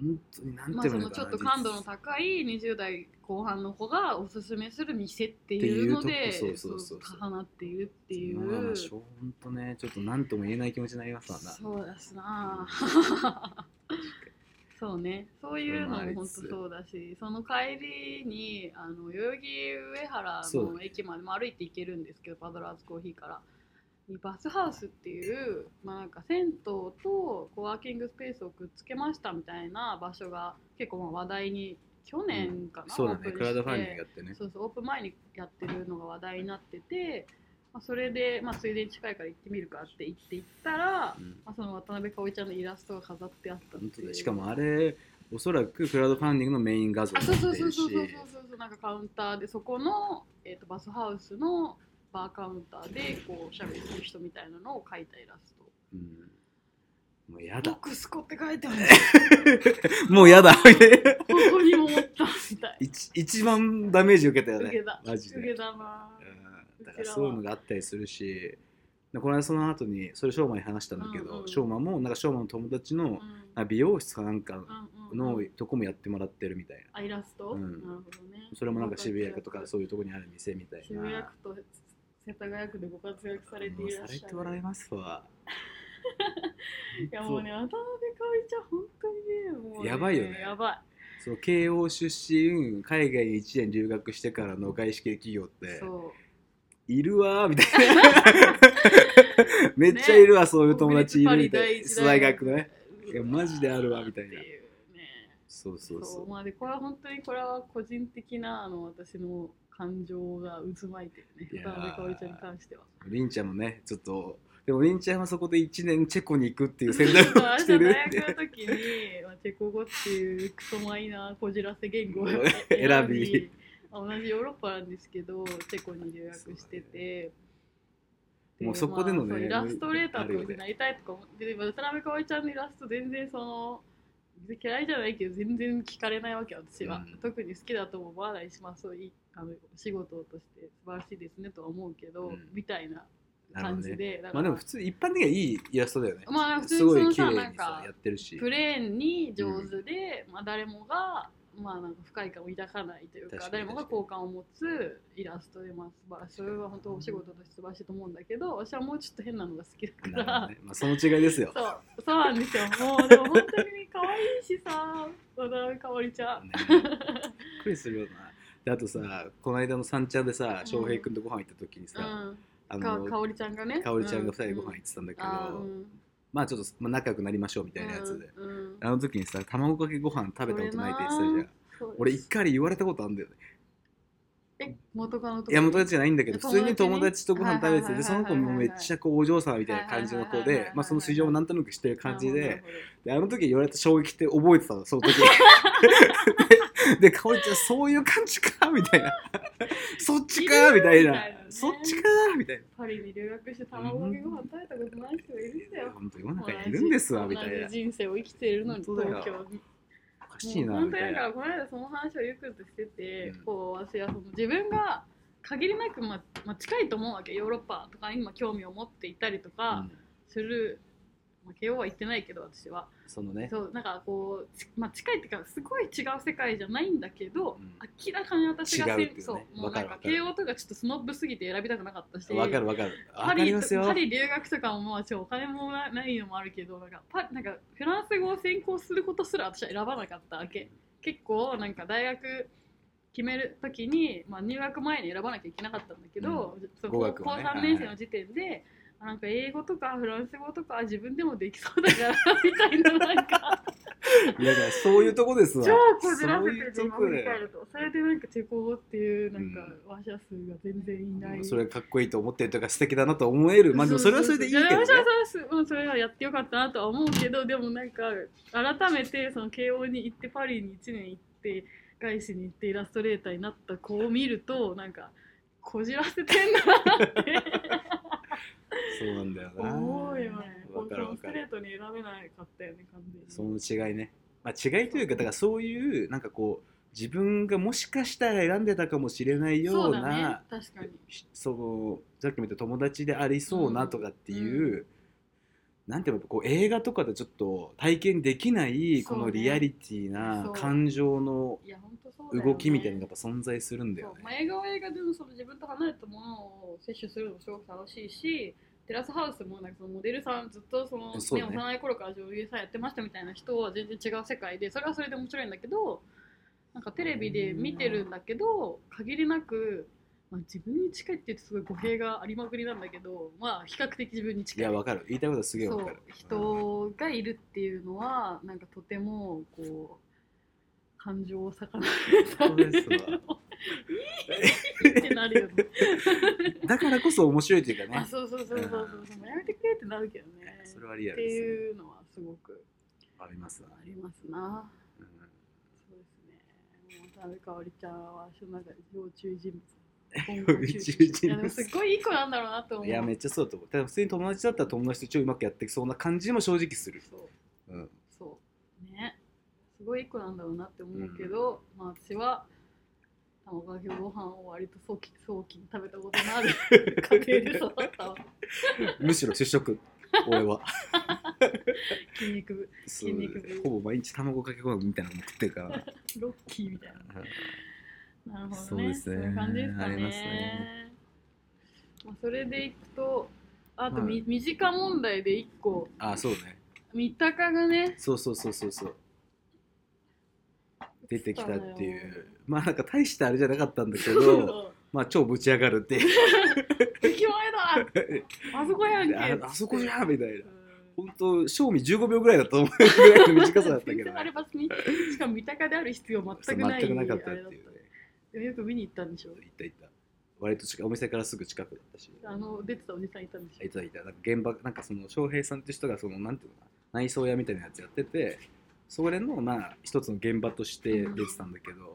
[SPEAKER 2] 本当になん
[SPEAKER 1] ま
[SPEAKER 2] て
[SPEAKER 1] あ
[SPEAKER 2] いう
[SPEAKER 1] その
[SPEAKER 2] のか
[SPEAKER 1] ち
[SPEAKER 2] な
[SPEAKER 1] ょっと感度の高い20代後半の子がおすすめする店っていうので
[SPEAKER 2] っていうとこそうそうそう
[SPEAKER 1] そう重なっているってい
[SPEAKER 2] まあまあ
[SPEAKER 1] う
[SPEAKER 2] しょうほんとねちょっと何とも言えない気持ちになりますわな
[SPEAKER 1] そうですなあ
[SPEAKER 2] 確かに
[SPEAKER 1] そうねそういうのも
[SPEAKER 2] それもあ
[SPEAKER 1] 本
[SPEAKER 2] り
[SPEAKER 1] 当
[SPEAKER 2] つつ
[SPEAKER 1] そうだしその帰りにあの代々木上原
[SPEAKER 2] そう
[SPEAKER 1] の駅まで、まあ、歩いて行けるんですけどパドラーズコーヒーからにバスハウスっていう、まあ、なんか銭湯とコワーキングスペースをくっつけましたみたいな場所が結構まあ話題に去年かな、
[SPEAKER 2] そうだね
[SPEAKER 1] オープ
[SPEAKER 2] ク
[SPEAKER 1] ン
[SPEAKER 2] ラ
[SPEAKER 1] し
[SPEAKER 2] ウ
[SPEAKER 1] て
[SPEAKER 2] ドファンディングやってね
[SPEAKER 1] そうそうオープン前にやってるのが話題になってて、まあ、それで、まあ、ついでに近いから行ってみるかって言って行ったら、
[SPEAKER 2] うん
[SPEAKER 1] まあ、その渡辺葵ちゃんのイラストが飾ってあったっていう
[SPEAKER 2] 本当だよしかもあれおそらくクラウドファンディングのメイン画像
[SPEAKER 1] あ
[SPEAKER 2] に
[SPEAKER 1] そうそ
[SPEAKER 2] なっ
[SPEAKER 1] う
[SPEAKER 2] て
[SPEAKER 1] そ
[SPEAKER 2] いうるし
[SPEAKER 1] そうそうそうそうなんかカウンターでそこの、えー、とバスハウスのバーカウンターでこうおしゃべりする人みたいなのを描いたイラスト
[SPEAKER 2] うんも
[SPEAKER 1] 「
[SPEAKER 2] うや
[SPEAKER 1] ボッ
[SPEAKER 2] だ
[SPEAKER 1] クスコって書いてある
[SPEAKER 2] もうやだ
[SPEAKER 1] ここにも思ったみたい
[SPEAKER 2] 一一番ダメージ受けたよ
[SPEAKER 1] 受け
[SPEAKER 2] ね
[SPEAKER 1] た
[SPEAKER 2] マジで
[SPEAKER 1] 受けたな
[SPEAKER 2] うんだからそういうのがあったりするしでこの間その後にそれ翔馬に話したんだけ
[SPEAKER 1] うんう
[SPEAKER 2] ど
[SPEAKER 1] ん
[SPEAKER 2] 翔馬、もなんか翔馬の友達の
[SPEAKER 1] うん
[SPEAKER 2] あ美容室かなんか
[SPEAKER 1] うんうん
[SPEAKER 2] の
[SPEAKER 1] うん
[SPEAKER 2] とこもやってもらってるみたいな
[SPEAKER 1] あイラスト、
[SPEAKER 2] うん
[SPEAKER 1] なるほどね
[SPEAKER 2] それもなんか渋谷区と
[SPEAKER 1] ご活
[SPEAKER 2] か
[SPEAKER 1] 躍
[SPEAKER 2] そういうとこにある店みたいな
[SPEAKER 1] 渋谷区と世田谷区でご活躍されて
[SPEAKER 2] もう
[SPEAKER 1] いら
[SPEAKER 2] さ
[SPEAKER 1] っ
[SPEAKER 2] れ
[SPEAKER 1] しゃ
[SPEAKER 2] ておら
[SPEAKER 1] る
[SPEAKER 2] れますわ
[SPEAKER 1] いやもうね渡辺葵ちゃん本当にねもうね
[SPEAKER 2] やばいよね
[SPEAKER 1] やばい
[SPEAKER 2] そう慶応出身海外に1年留学してからの外資系企業って
[SPEAKER 1] そう
[SPEAKER 2] いるわーみたい なめっちゃいるわ、そういう友達いるみたいなそう大学のねいやマジであるわみたいな
[SPEAKER 1] っていうね
[SPEAKER 2] そう
[SPEAKER 1] そ
[SPEAKER 2] そううそう
[SPEAKER 1] まあでこれは本当にこれは個人的なあの私の感情が渦巻いてるね
[SPEAKER 2] いやー
[SPEAKER 1] 渡辺かおりちゃんに関しては
[SPEAKER 2] りんちゃんもねちょっとでもりんちゃんはそこで1年チェコに行くっていう選択
[SPEAKER 1] そう
[SPEAKER 2] を
[SPEAKER 1] あれ
[SPEAKER 2] し
[SPEAKER 1] じ
[SPEAKER 2] て
[SPEAKER 1] ゃ
[SPEAKER 2] る
[SPEAKER 1] 大
[SPEAKER 2] ってい
[SPEAKER 1] 学の
[SPEAKER 2] う
[SPEAKER 1] 時に、まあ、チェコ語っていうクソマイナーこじらせ言語を
[SPEAKER 2] 選び
[SPEAKER 1] 選び同じヨーロッパなんですけどチェコに留学してて、
[SPEAKER 2] もうそこでの
[SPEAKER 1] ま
[SPEAKER 2] ね
[SPEAKER 1] あそうイラストレータ
[SPEAKER 2] あるよ
[SPEAKER 1] ーと
[SPEAKER 2] ね
[SPEAKER 1] かになりたいとか思ってで渡辺かおりちゃんのイラスト全然その嫌いじゃないけど全然聞かれないわけ私は、
[SPEAKER 2] うん
[SPEAKER 1] 特に好きだとも思わないしまあそういいあのお仕事として素晴らしいですねとは思うけど、
[SPEAKER 2] うん
[SPEAKER 1] みたいな
[SPEAKER 2] なるほ
[SPEAKER 1] 感
[SPEAKER 2] ど
[SPEAKER 1] じ
[SPEAKER 2] ね
[SPEAKER 1] で、だから
[SPEAKER 2] まあでも普通一般的にはいいイラストだよね、
[SPEAKER 1] まあ普通に
[SPEAKER 2] すごい
[SPEAKER 1] その
[SPEAKER 2] 綺
[SPEAKER 1] さ
[SPEAKER 2] 麗
[SPEAKER 1] なん
[SPEAKER 2] にさ
[SPEAKER 1] か
[SPEAKER 2] やってるし
[SPEAKER 1] プレーンに上手で、まあ、誰もが、まあ、なんか不快感を抱かないというか
[SPEAKER 2] 確か
[SPEAKER 1] 誰
[SPEAKER 2] に
[SPEAKER 1] もが好感を持つイラストで、まあ、素晴らしいそれは本当お仕事として素晴らしいと思うんだけど私はもうちょっと変なのが好きだか
[SPEAKER 2] なるほど
[SPEAKER 1] ら、
[SPEAKER 2] ねまあ、その違いですよ、
[SPEAKER 1] そうそうなんですよもうでも本当に可愛いしさ渡辺かおりちゃん。
[SPEAKER 2] ね、びっくりするよなであとさこの間の三茶でさ
[SPEAKER 1] うん
[SPEAKER 2] 翔平君とご飯行った時にさ、あ
[SPEAKER 1] うん、か
[SPEAKER 2] の
[SPEAKER 1] かおりちゃんがね。
[SPEAKER 2] かおりちゃんが2
[SPEAKER 1] 二
[SPEAKER 2] 人ご飯行ってたんだけど、まあちょっと、まあ、仲良くなりましょうみたいなやつで、
[SPEAKER 1] うんうん
[SPEAKER 2] あの時にさ卵かけご飯食べたことないって言ってたじゃん
[SPEAKER 1] そう
[SPEAKER 2] 俺一回言われたことあるんだよね
[SPEAKER 1] え元カノと
[SPEAKER 2] いや友達じゃないんだけど普
[SPEAKER 1] 友達
[SPEAKER 2] 通
[SPEAKER 1] に
[SPEAKER 2] に友達とご飯食べてて
[SPEAKER 1] はいはいはいはいはい
[SPEAKER 2] でその子もめっちゃこうお嬢様みたいな感じの
[SPEAKER 1] は
[SPEAKER 2] 子
[SPEAKER 1] いはいはいはいはい
[SPEAKER 2] で
[SPEAKER 1] はい
[SPEAKER 2] まあその素性もなんとなく知ってる感じ
[SPEAKER 1] なる
[SPEAKER 2] で
[SPEAKER 1] ほどなるほど
[SPEAKER 2] であの時言われた衝撃って覚えてたの その時ででかおりちゃんそういう感じかみた いなそっちかみたい
[SPEAKER 1] み
[SPEAKER 2] な
[SPEAKER 1] たいなね
[SPEAKER 2] そっちかみたいな
[SPEAKER 1] パリに留学して卵かけご飯食べたことない人がいるんだよ。
[SPEAKER 2] 本当世の中にいるんですわみたい
[SPEAKER 1] 同
[SPEAKER 2] な
[SPEAKER 1] じ人生を生きているのに
[SPEAKER 2] 本当だよ
[SPEAKER 1] 東京に。
[SPEAKER 2] おかしい
[SPEAKER 1] も
[SPEAKER 2] な
[SPEAKER 1] う本
[SPEAKER 2] み
[SPEAKER 1] 当
[SPEAKER 2] た
[SPEAKER 1] にだから
[SPEAKER 2] いな
[SPEAKER 1] この間その話をゆくんとしてて、
[SPEAKER 2] うん
[SPEAKER 1] こう私はその自分が限りなく、まあまあ、近いと思うわけヨーロッパとかに今興味を持っていたりと
[SPEAKER 2] う
[SPEAKER 1] か
[SPEAKER 2] ん
[SPEAKER 1] する、まあ、慶応は行ってないけど私は
[SPEAKER 2] そのね
[SPEAKER 1] そうなんかこう、ちまあ、近いっていうかすごい違う世界じゃないんだけど、
[SPEAKER 2] うん
[SPEAKER 1] 明らかに私が
[SPEAKER 2] 違うっていうね
[SPEAKER 1] そうもう
[SPEAKER 2] わ
[SPEAKER 1] な
[SPEAKER 2] か
[SPEAKER 1] ん
[SPEAKER 2] るわ
[SPEAKER 1] か
[SPEAKER 2] かる
[SPEAKER 1] 慶応とかちょっとスノブすぎて選びたくなかったし
[SPEAKER 2] わかるわかるわ
[SPEAKER 1] パ
[SPEAKER 2] かり
[SPEAKER 1] リ
[SPEAKER 2] ますよ
[SPEAKER 1] パリ留学とかもまあちょお金もないのもあるけどなんかパなんかフランス語を専攻することすら私は選ばなかったわけ結構なんか大学決めるときに、まあ、入学前に選ばなきゃいけなかったんだけど、その
[SPEAKER 2] 語
[SPEAKER 1] 高
[SPEAKER 2] 学
[SPEAKER 1] 校
[SPEAKER 2] をね
[SPEAKER 1] 3年生の時点で、あなんか英語とかフランス語とか自分でもできそうだからみた いななんか
[SPEAKER 2] いやだからそういうとこですわ
[SPEAKER 1] 超こじらせてる
[SPEAKER 2] そう
[SPEAKER 1] 今
[SPEAKER 2] いうとこ
[SPEAKER 1] 振
[SPEAKER 2] で
[SPEAKER 1] り返るとそれでなんかチェコ語っていうなんか
[SPEAKER 2] う
[SPEAKER 1] 話者数が全然いない、
[SPEAKER 2] それかっこいいと思ってるとか素敵だなと思えるまあでもそれはそれでいいけどね
[SPEAKER 1] やでもそれはそれはうんそれはやってよかったなとは思うけどでもなんか改めてその慶応に行ってパリに1年行って外資に行ってイラストレーターになった子を見るとなんかこじらせてんだなって
[SPEAKER 2] そうなんだよな
[SPEAKER 1] 思うよね
[SPEAKER 2] わ
[SPEAKER 1] 本当
[SPEAKER 2] かるわ
[SPEAKER 1] にス
[SPEAKER 2] か
[SPEAKER 1] ト
[SPEAKER 2] る
[SPEAKER 1] レートに選べなかったよね完全に
[SPEAKER 2] その違いね、まあ、違いというかだからそういうなんかこう自分がもしかしたら選んでたかもしれないよ
[SPEAKER 1] そううだね
[SPEAKER 2] な
[SPEAKER 1] 確かに
[SPEAKER 2] しそ,、のさっきも言った友達でありそうなとかっていう、
[SPEAKER 1] うん
[SPEAKER 2] なんていうのこう映画とかでちょっと体験できない
[SPEAKER 1] そ
[SPEAKER 2] こ
[SPEAKER 1] うね
[SPEAKER 2] のリアリティな
[SPEAKER 1] そう
[SPEAKER 2] 感情の
[SPEAKER 1] いや本当そうだよね
[SPEAKER 2] 動きみたいなのがやっぱ存在するんだ
[SPEAKER 1] そ
[SPEAKER 2] よ
[SPEAKER 1] う
[SPEAKER 2] ね。
[SPEAKER 1] まあ、映画は映画でもその自分と離れたものを摂取するのもすごく楽しいしテラスハウスもなんかそのモデルさんずっとその、ね
[SPEAKER 2] そうね
[SPEAKER 1] 幼い頃から女優さんやってましたみたいな人は全然違う世界でそれはそれで面白いんだけどなんかテレビで見てるんだけど限りなく、まあ、自分に近いって言うとすごい語弊がありまくりなんだけどまあ比較的自分に
[SPEAKER 2] い
[SPEAKER 1] 近い
[SPEAKER 2] やわかる言いたいことはすげえわかるうん
[SPEAKER 1] そう人がいるっていうのはなんかとてもこう感情を逆なめされる
[SPEAKER 2] 本当ですわ
[SPEAKER 1] いいってなるよね。
[SPEAKER 2] だからこそ面白いというか
[SPEAKER 1] あ
[SPEAKER 2] ね
[SPEAKER 1] そうそうそうそうそうそうやめてくれってなるけどね。
[SPEAKER 2] それはリア
[SPEAKER 1] っ
[SPEAKER 2] ル
[SPEAKER 1] て
[SPEAKER 2] ですね
[SPEAKER 1] いうのはすごく
[SPEAKER 2] ありますわ
[SPEAKER 1] ありますな。
[SPEAKER 2] うん
[SPEAKER 1] そうですね。もう田辺かおりちゃんは私の中で要注意人物。
[SPEAKER 2] 要注意人物
[SPEAKER 1] いやでもすごいいい子なんだろうなと思う。
[SPEAKER 2] いやめっちゃそうだと思うただ普通に友達だったら友達と超うまくやってきそうな感じも正直する、
[SPEAKER 1] そう
[SPEAKER 2] うん、
[SPEAKER 1] そうねすごいいい子なんだろうなって思うけど、まあ私は卵かけご飯を割と早期早期に食べたことのある家庭で育ったわ
[SPEAKER 2] むしろ主食俺は
[SPEAKER 1] 筋肉部
[SPEAKER 2] そう
[SPEAKER 1] 筋肉部
[SPEAKER 2] ほぼ毎日卵かけご飯みたいなのも食ってるか らな、
[SPEAKER 1] ロッキーみたいななるほどね
[SPEAKER 2] そうですね
[SPEAKER 1] そういう感じですかね
[SPEAKER 2] ありますね
[SPEAKER 1] まあ、それでいくとあと
[SPEAKER 2] は
[SPEAKER 1] み、
[SPEAKER 2] い
[SPEAKER 1] 身近問題で一個
[SPEAKER 2] あそうね
[SPEAKER 1] 三鷹がね
[SPEAKER 2] そうそうそうそうそう出てきたってい
[SPEAKER 1] 映ったのよ
[SPEAKER 2] うまあなんか大したあれじゃなかったんだ けどまあ超ぶち上がるっていう
[SPEAKER 1] 駅前だあそこやんけ
[SPEAKER 2] ああそこじゃんみたいな
[SPEAKER 1] うん
[SPEAKER 2] 本当賞味15秒ぐらいだと思うぐらいの短さだったけ
[SPEAKER 1] 全
[SPEAKER 2] ど、
[SPEAKER 1] 然あれ
[SPEAKER 2] ね、
[SPEAKER 1] 場所にしかも三鷹である必要
[SPEAKER 2] そう
[SPEAKER 1] 全くない
[SPEAKER 2] 全くなかったっていう
[SPEAKER 1] あれだ
[SPEAKER 2] ね
[SPEAKER 1] たよく見に行ったんでしょ
[SPEAKER 2] 行った行った割と近いお店からすぐ近くだったし
[SPEAKER 1] あの出てたおじさんいたんでし
[SPEAKER 2] いたいたなんか現場なんかその翔平さんって人がそのなんていうのかな内装屋みたいなやつやっててそれのまあ一つの現場として出てたんだけど、ま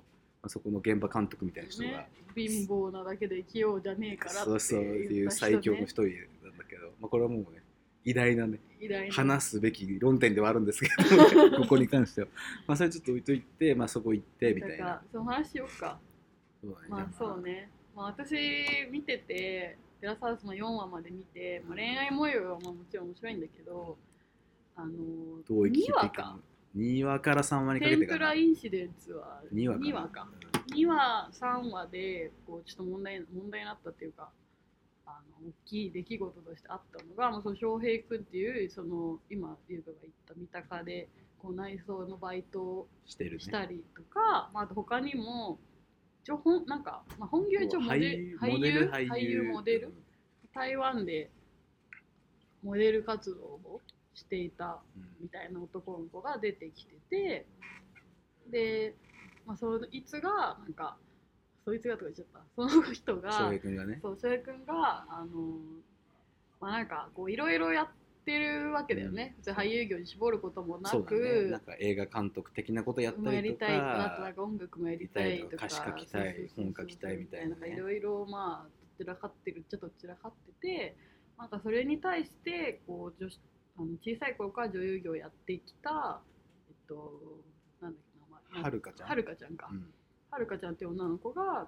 [SPEAKER 2] あ、そこの現場監督みたいな
[SPEAKER 1] ょ、
[SPEAKER 2] 人が、
[SPEAKER 1] ね、貧乏なだけで生きようじゃねえからって
[SPEAKER 2] そうそうってい
[SPEAKER 1] 言
[SPEAKER 2] う
[SPEAKER 1] った人ね
[SPEAKER 2] 最強の一人なんだけど、まあ、これはもうね偉大なね
[SPEAKER 1] 偉大な
[SPEAKER 2] 話すべき論点ではあるんですけ どもね、ここに関しては、まあ、それちょっと置いといて、まあ、そこ行ってみたい
[SPEAKER 1] だから
[SPEAKER 2] な
[SPEAKER 1] その話しよっか
[SPEAKER 2] そうだね
[SPEAKER 1] まあそうね、まあ、私見てて「テラスハウス」の4話まで見て、まあ、恋愛模様はまあもちろん面白いんだけどあの
[SPEAKER 2] どう生きて
[SPEAKER 1] 2
[SPEAKER 2] いく
[SPEAKER 1] 話
[SPEAKER 2] の
[SPEAKER 1] か
[SPEAKER 2] 2話から3話にかけ
[SPEAKER 1] 天
[SPEAKER 2] て
[SPEAKER 1] ぷ
[SPEAKER 2] から
[SPEAKER 1] インシデンツは
[SPEAKER 2] 2話か
[SPEAKER 1] 二話か2話3話でこうちょっと問題問題になったっていうかあの大きい出来事としてあったのが、まあ、その翔平君っていうその今優香が言った三鷹でこう内装のバイトを
[SPEAKER 2] してるね
[SPEAKER 1] したりとか、まあ、あと他にも一応本なんか、まあ、本業は一応モデル
[SPEAKER 2] もう俳優
[SPEAKER 1] 俳優モデル、台湾でモデル活動をしていた
[SPEAKER 2] うん
[SPEAKER 1] みたいな男の子が出てきててで、まあ、そいつがなんかそいつがとか言っちゃったその人が
[SPEAKER 2] 翔平君がね
[SPEAKER 1] そう翔平君があのまあなんかこういろいろやってるわけだよね、別に俳優業に絞ることもな
[SPEAKER 2] そうだねなん
[SPEAKER 1] く、
[SPEAKER 2] か映画監督的なことやっ
[SPEAKER 1] も
[SPEAKER 2] た
[SPEAKER 1] や
[SPEAKER 2] り
[SPEAKER 1] り
[SPEAKER 2] とか
[SPEAKER 1] たいあとなんか音楽もやりたいとか
[SPEAKER 2] 歌詞書きた
[SPEAKER 1] そうそうそ
[SPEAKER 2] い
[SPEAKER 1] うそう
[SPEAKER 2] 本書きたいみたいな
[SPEAKER 1] ん
[SPEAKER 2] ね
[SPEAKER 1] かいろいろまあどちらかってるっちゃどちらかっててなんかそれに対してこう女子あの小さい頃から女優業をやってきたえっとなんだっけ名前
[SPEAKER 2] はるかちゃん
[SPEAKER 1] はるかちゃんか、
[SPEAKER 2] うん
[SPEAKER 1] はるかちゃんっていう女の子が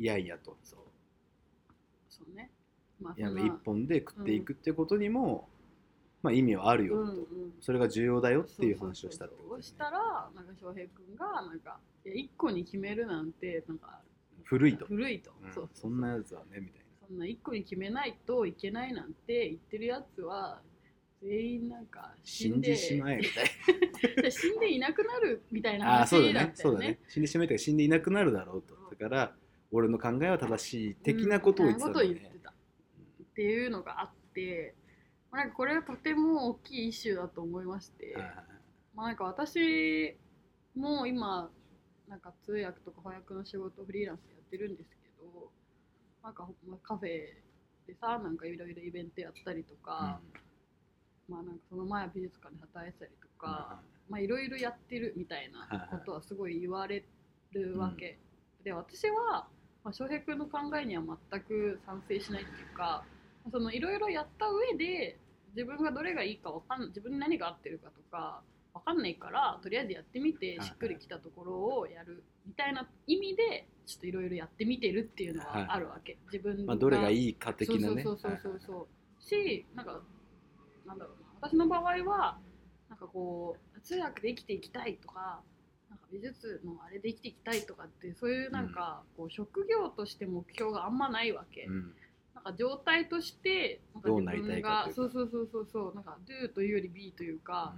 [SPEAKER 2] いやいやと
[SPEAKER 1] そうそうねまあ
[SPEAKER 2] いや
[SPEAKER 1] そんな
[SPEAKER 2] 一本で食っていくってことにも、まあ意味はあるよと、
[SPEAKER 1] うんうん
[SPEAKER 2] それが重要だよっていう話をしたって
[SPEAKER 1] そうそうそうそ
[SPEAKER 2] こと
[SPEAKER 1] う
[SPEAKER 2] で
[SPEAKER 1] し
[SPEAKER 2] す
[SPEAKER 1] た
[SPEAKER 2] ね
[SPEAKER 1] らなんか翔平君がなんかいや一個に決めるなんてなんか
[SPEAKER 2] 古いと、
[SPEAKER 1] 古いと、
[SPEAKER 2] うん
[SPEAKER 1] そう
[SPEAKER 2] そんなやつはねみたい
[SPEAKER 1] そんな一個に決めないといけないなんて言ってるやつは全員なんか
[SPEAKER 2] な
[SPEAKER 1] 死
[SPEAKER 2] 死
[SPEAKER 1] ん
[SPEAKER 2] ん
[SPEAKER 1] で
[SPEAKER 2] でしまえみたい
[SPEAKER 1] 死んでいなくなるみたいな
[SPEAKER 2] なああー
[SPEAKER 1] 話
[SPEAKER 2] そう
[SPEAKER 1] だ
[SPEAKER 2] だ
[SPEAKER 1] っ
[SPEAKER 2] ね
[SPEAKER 1] た
[SPEAKER 2] そう
[SPEAKER 1] よ
[SPEAKER 2] だ
[SPEAKER 1] ね
[SPEAKER 2] ね。死んでしまえというか死んでいなくなるだろうとだから俺の考えは正しい的なことを言ってた
[SPEAKER 1] うんん
[SPEAKER 2] だ
[SPEAKER 1] そん
[SPEAKER 2] よ
[SPEAKER 1] なこと言って、
[SPEAKER 2] ね
[SPEAKER 1] たっていうのがあって、まあ、なんかこれはとても大きいイシューだと思いまして。
[SPEAKER 2] はいはいはい
[SPEAKER 1] まあなんか私も今なんか通訳とか翻訳の仕事フリーランスでやってるんですけどなんかほまあカフェでさなんかいろいろイベントやったりとか、まあなんかその前は美術館で働いてたりと
[SPEAKER 2] うん
[SPEAKER 1] か、まあいろいろやってるみたい
[SPEAKER 2] はいは
[SPEAKER 1] ないことはすごい言われるわけ、で私は、まあ、翔平君の考えには全く賛成しないっていうかそのいろいろやった上で自分がどれがいいかわかん自分に何が合ってるかとかわかんないからとりあえずやってみて
[SPEAKER 2] はい
[SPEAKER 1] しっくりきたところをやるみたいな意味でちょっといろいろやってみてるっていうのはあるわけ、自分
[SPEAKER 2] まあ、どれが
[SPEAKER 1] い
[SPEAKER 2] いいか的なね
[SPEAKER 1] そうそうそうそうそうそうしなんかなんだろうな私の場合はなんかこう通訳で生きていきたいとかなんか美術のあれで生きていきたいとかってそういうなんかこう職業として目標があんまないわけ、
[SPEAKER 2] うん
[SPEAKER 1] なんか状態としてなんか
[SPEAKER 2] どうなりたいかというか
[SPEAKER 1] そうそうそうそうそうなんか do というより be というか、